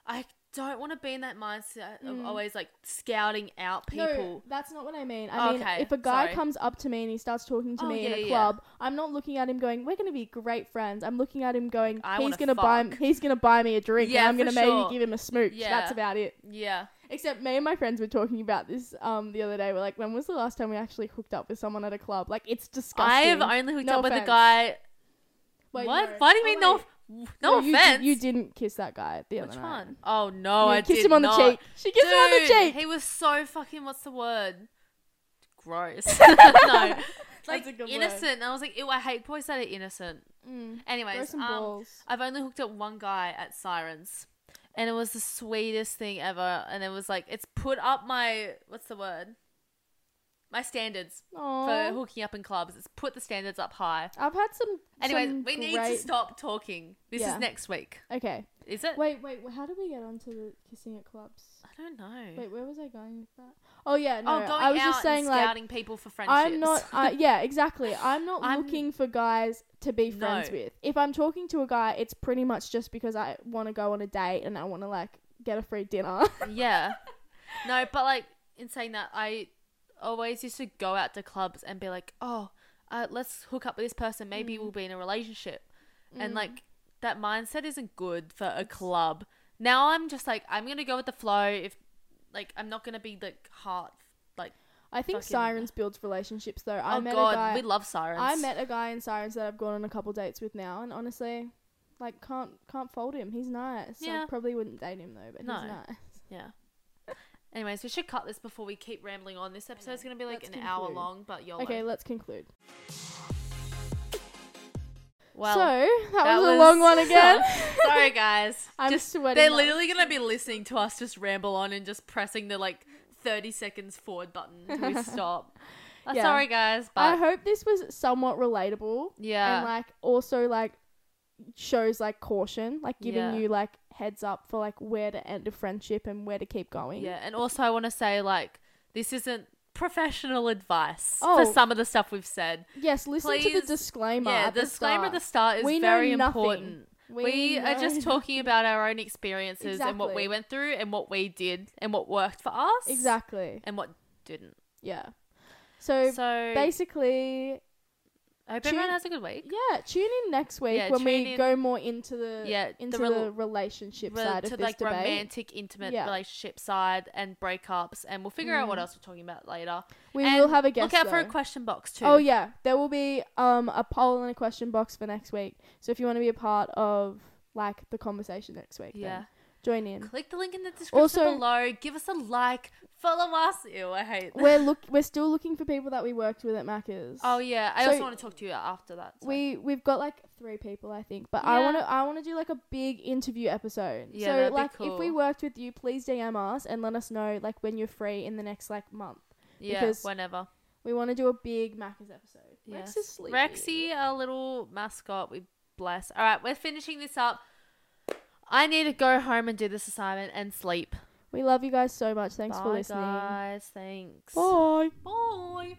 Speaker 3: I don't want to be in that mindset of
Speaker 4: Mm.
Speaker 3: always like scouting out people.
Speaker 4: No, that's not what I mean. I mean,
Speaker 3: Okay,
Speaker 4: if a guy
Speaker 3: sorry.
Speaker 4: comes up to me and he starts talking to
Speaker 3: Oh,
Speaker 4: me in
Speaker 3: yeah,
Speaker 4: a
Speaker 3: yeah.
Speaker 4: club, I'm not looking at him going, "We're going to be great friends." I'm looking at him going,
Speaker 3: I
Speaker 4: "He's
Speaker 3: wanna
Speaker 4: going to buy
Speaker 3: fuck."
Speaker 4: he's going to buy me a drink, and
Speaker 3: Yeah,
Speaker 4: I'm
Speaker 3: for
Speaker 4: going to maybe
Speaker 3: sure.
Speaker 4: give him a smooch."
Speaker 3: Yeah.
Speaker 4: That's about it.
Speaker 3: Yeah.
Speaker 4: Except me and my friends were talking about this um the other day. We're like, "When was the last time we actually hooked up with someone at a club?" Like, it's disgusting.
Speaker 3: I have only hooked
Speaker 4: No
Speaker 3: up with a
Speaker 4: offense.
Speaker 3: guy.
Speaker 4: Wait,
Speaker 3: what?
Speaker 4: no.
Speaker 3: Why do you mean
Speaker 4: Oh,
Speaker 3: no?
Speaker 4: wait.
Speaker 3: No,
Speaker 4: you did-
Speaker 3: offense.
Speaker 4: You, didn't kiss that guy the
Speaker 3: Which
Speaker 4: other night.
Speaker 3: one? Oh no,
Speaker 4: You
Speaker 3: I
Speaker 4: kissed
Speaker 3: did
Speaker 4: him on
Speaker 3: not.
Speaker 4: the cheek. She kissed him on the
Speaker 3: Dude,
Speaker 4: cheek.
Speaker 3: He was so fucking. What's the word? Gross. no, like
Speaker 4: That's a good word.
Speaker 3: innocent. And I was like, ew, I hate boys that are innocent.
Speaker 4: Mm. Throw
Speaker 3: Anyways,
Speaker 4: some
Speaker 3: um,
Speaker 4: balls.
Speaker 3: I've only hooked up one guy at Sirens, and it was the sweetest thing ever. And it was like it's put up my what's the word? My standards
Speaker 4: Aw.
Speaker 3: for hooking up in clubs. It's put the standards up high.
Speaker 4: I've had some.
Speaker 3: Anyways,
Speaker 4: some
Speaker 3: we need to
Speaker 4: great-
Speaker 3: stop talking. This
Speaker 4: Yeah.
Speaker 3: is next week.
Speaker 4: Okay.
Speaker 3: Is it?
Speaker 4: Wait, wait. wh- How did we get onto the kissing at clubs?
Speaker 3: I don't know.
Speaker 4: Wait, where was I going with that? Oh yeah, no.
Speaker 3: oh, going
Speaker 4: I was
Speaker 3: out
Speaker 4: just saying
Speaker 3: and
Speaker 4: like
Speaker 3: scouting people for friendships.
Speaker 4: I'm not. Uh, yeah, exactly. I'm not
Speaker 3: I'm-
Speaker 4: looking for guys to be friends
Speaker 3: No.
Speaker 4: with. If I'm talking to a guy, it's pretty much just because I want to go on a date and I want to like get a free dinner.
Speaker 3: yeah. No, but like in saying that, I always used to go out to clubs and be like, oh, uh, let's hook up with this person.
Speaker 4: Mm.
Speaker 3: Maybe we'll be in a relationship. And like that mindset isn't good for a club. Now I'm just like, I'm going to go with the flow. If like, I'm not going to be like heart. Like,
Speaker 4: I think
Speaker 3: Fucking-
Speaker 4: sirens builds relationships though. I
Speaker 3: oh
Speaker 4: met
Speaker 3: God,
Speaker 4: a guy.
Speaker 3: we love sirens.
Speaker 4: I met a guy in sirens that I've gone on a couple dates with now, and honestly, like can't can't fold him. He's nice.
Speaker 3: Yeah.
Speaker 4: I probably wouldn't date him though, but
Speaker 3: No.
Speaker 4: he's nice.
Speaker 3: Yeah. Anyways, we should cut this before we keep rambling on. This episode's going to be like
Speaker 4: Let's
Speaker 3: an hour
Speaker 4: conclude.
Speaker 3: long, but YOLO.
Speaker 4: Okay, let's conclude.
Speaker 3: Well,
Speaker 4: so that,
Speaker 3: that
Speaker 4: was,
Speaker 3: was-
Speaker 4: a long one again.
Speaker 3: Sorry, guys.
Speaker 4: I'm
Speaker 3: just,
Speaker 4: sweating
Speaker 3: They're
Speaker 4: now.
Speaker 3: literally gonna be listening to us just ramble on and just pressing the like thirty seconds forward button until we stop. Uh,
Speaker 4: Yeah.
Speaker 3: Sorry, guys,
Speaker 4: I
Speaker 3: but
Speaker 4: hope this was somewhat relatable
Speaker 3: yeah,
Speaker 4: and like also like shows like caution, like giving
Speaker 3: Yeah.
Speaker 4: you like heads up for like where to end a friendship and where to keep going.
Speaker 3: yeah, and also I want to say like this isn't professional advice
Speaker 4: Oh.
Speaker 3: for some of the stuff we've said.
Speaker 4: Yes, listen to
Speaker 3: Please-
Speaker 4: the disclaimer.
Speaker 3: yeah,
Speaker 4: at the
Speaker 3: disclaimer at the
Speaker 4: start.
Speaker 3: start is
Speaker 4: We know
Speaker 3: very
Speaker 4: nothing.
Speaker 3: important. We, are
Speaker 4: know
Speaker 3: just
Speaker 4: that-
Speaker 3: talking about our own experiences and what we
Speaker 4: Exactly.
Speaker 3: went through and what we did and what worked for us
Speaker 4: exactly.
Speaker 3: and what didn't.
Speaker 4: Yeah. So,
Speaker 3: So
Speaker 4: basically,
Speaker 3: I hope
Speaker 4: tune-
Speaker 3: everyone has a good week.
Speaker 4: yeah, tune in next week
Speaker 3: Yeah,
Speaker 4: when
Speaker 3: tune
Speaker 4: we
Speaker 3: in-
Speaker 4: go more into the
Speaker 3: Yeah, the
Speaker 4: into the,
Speaker 3: rel-
Speaker 4: relationship
Speaker 3: Rel-
Speaker 4: side
Speaker 3: to
Speaker 4: of this
Speaker 3: like
Speaker 4: debate.
Speaker 3: romantic, intimate
Speaker 4: Yeah.
Speaker 3: relationship side and breakups, and we'll figure out what
Speaker 4: Mm.
Speaker 3: else we're talking about later.
Speaker 4: we
Speaker 3: And
Speaker 4: will have a guest.
Speaker 3: Look out for a
Speaker 4: though.
Speaker 3: question box too.
Speaker 4: Oh yeah, there will be um a poll and a question box for next week. So if you want to be a part of like the conversation next week,
Speaker 3: yeah.
Speaker 4: then join in.
Speaker 3: Click the link in the description
Speaker 4: Also-
Speaker 3: below. Give us a like. Follow us. Ew, I hate. That.
Speaker 4: we're look we're still looking for people that we worked with at Macca's.
Speaker 3: Oh yeah, I
Speaker 4: So-
Speaker 3: also want to talk to you after that. so-
Speaker 4: We we've got like three people I think, but
Speaker 3: Yeah.
Speaker 4: I want to I want to do like a big interview episode.
Speaker 3: Yeah,
Speaker 4: so
Speaker 3: that'd be
Speaker 4: like if we
Speaker 3: cool.
Speaker 4: worked with you, please DM us and let us know like when you're free in the next like month.
Speaker 3: yeah,
Speaker 4: because-
Speaker 3: whenever.
Speaker 4: We want to do a big Macca's episode.
Speaker 3: Yes.
Speaker 4: Rex is sleepy.
Speaker 3: Rexy, our little mascot, we bless. All right, we're finishing this up. I need to go home and do this assignment and sleep.
Speaker 4: We love you guys so much. Thanks
Speaker 3: Bye,
Speaker 4: for listening.
Speaker 3: guys. Thanks.
Speaker 4: Bye.
Speaker 3: Bye.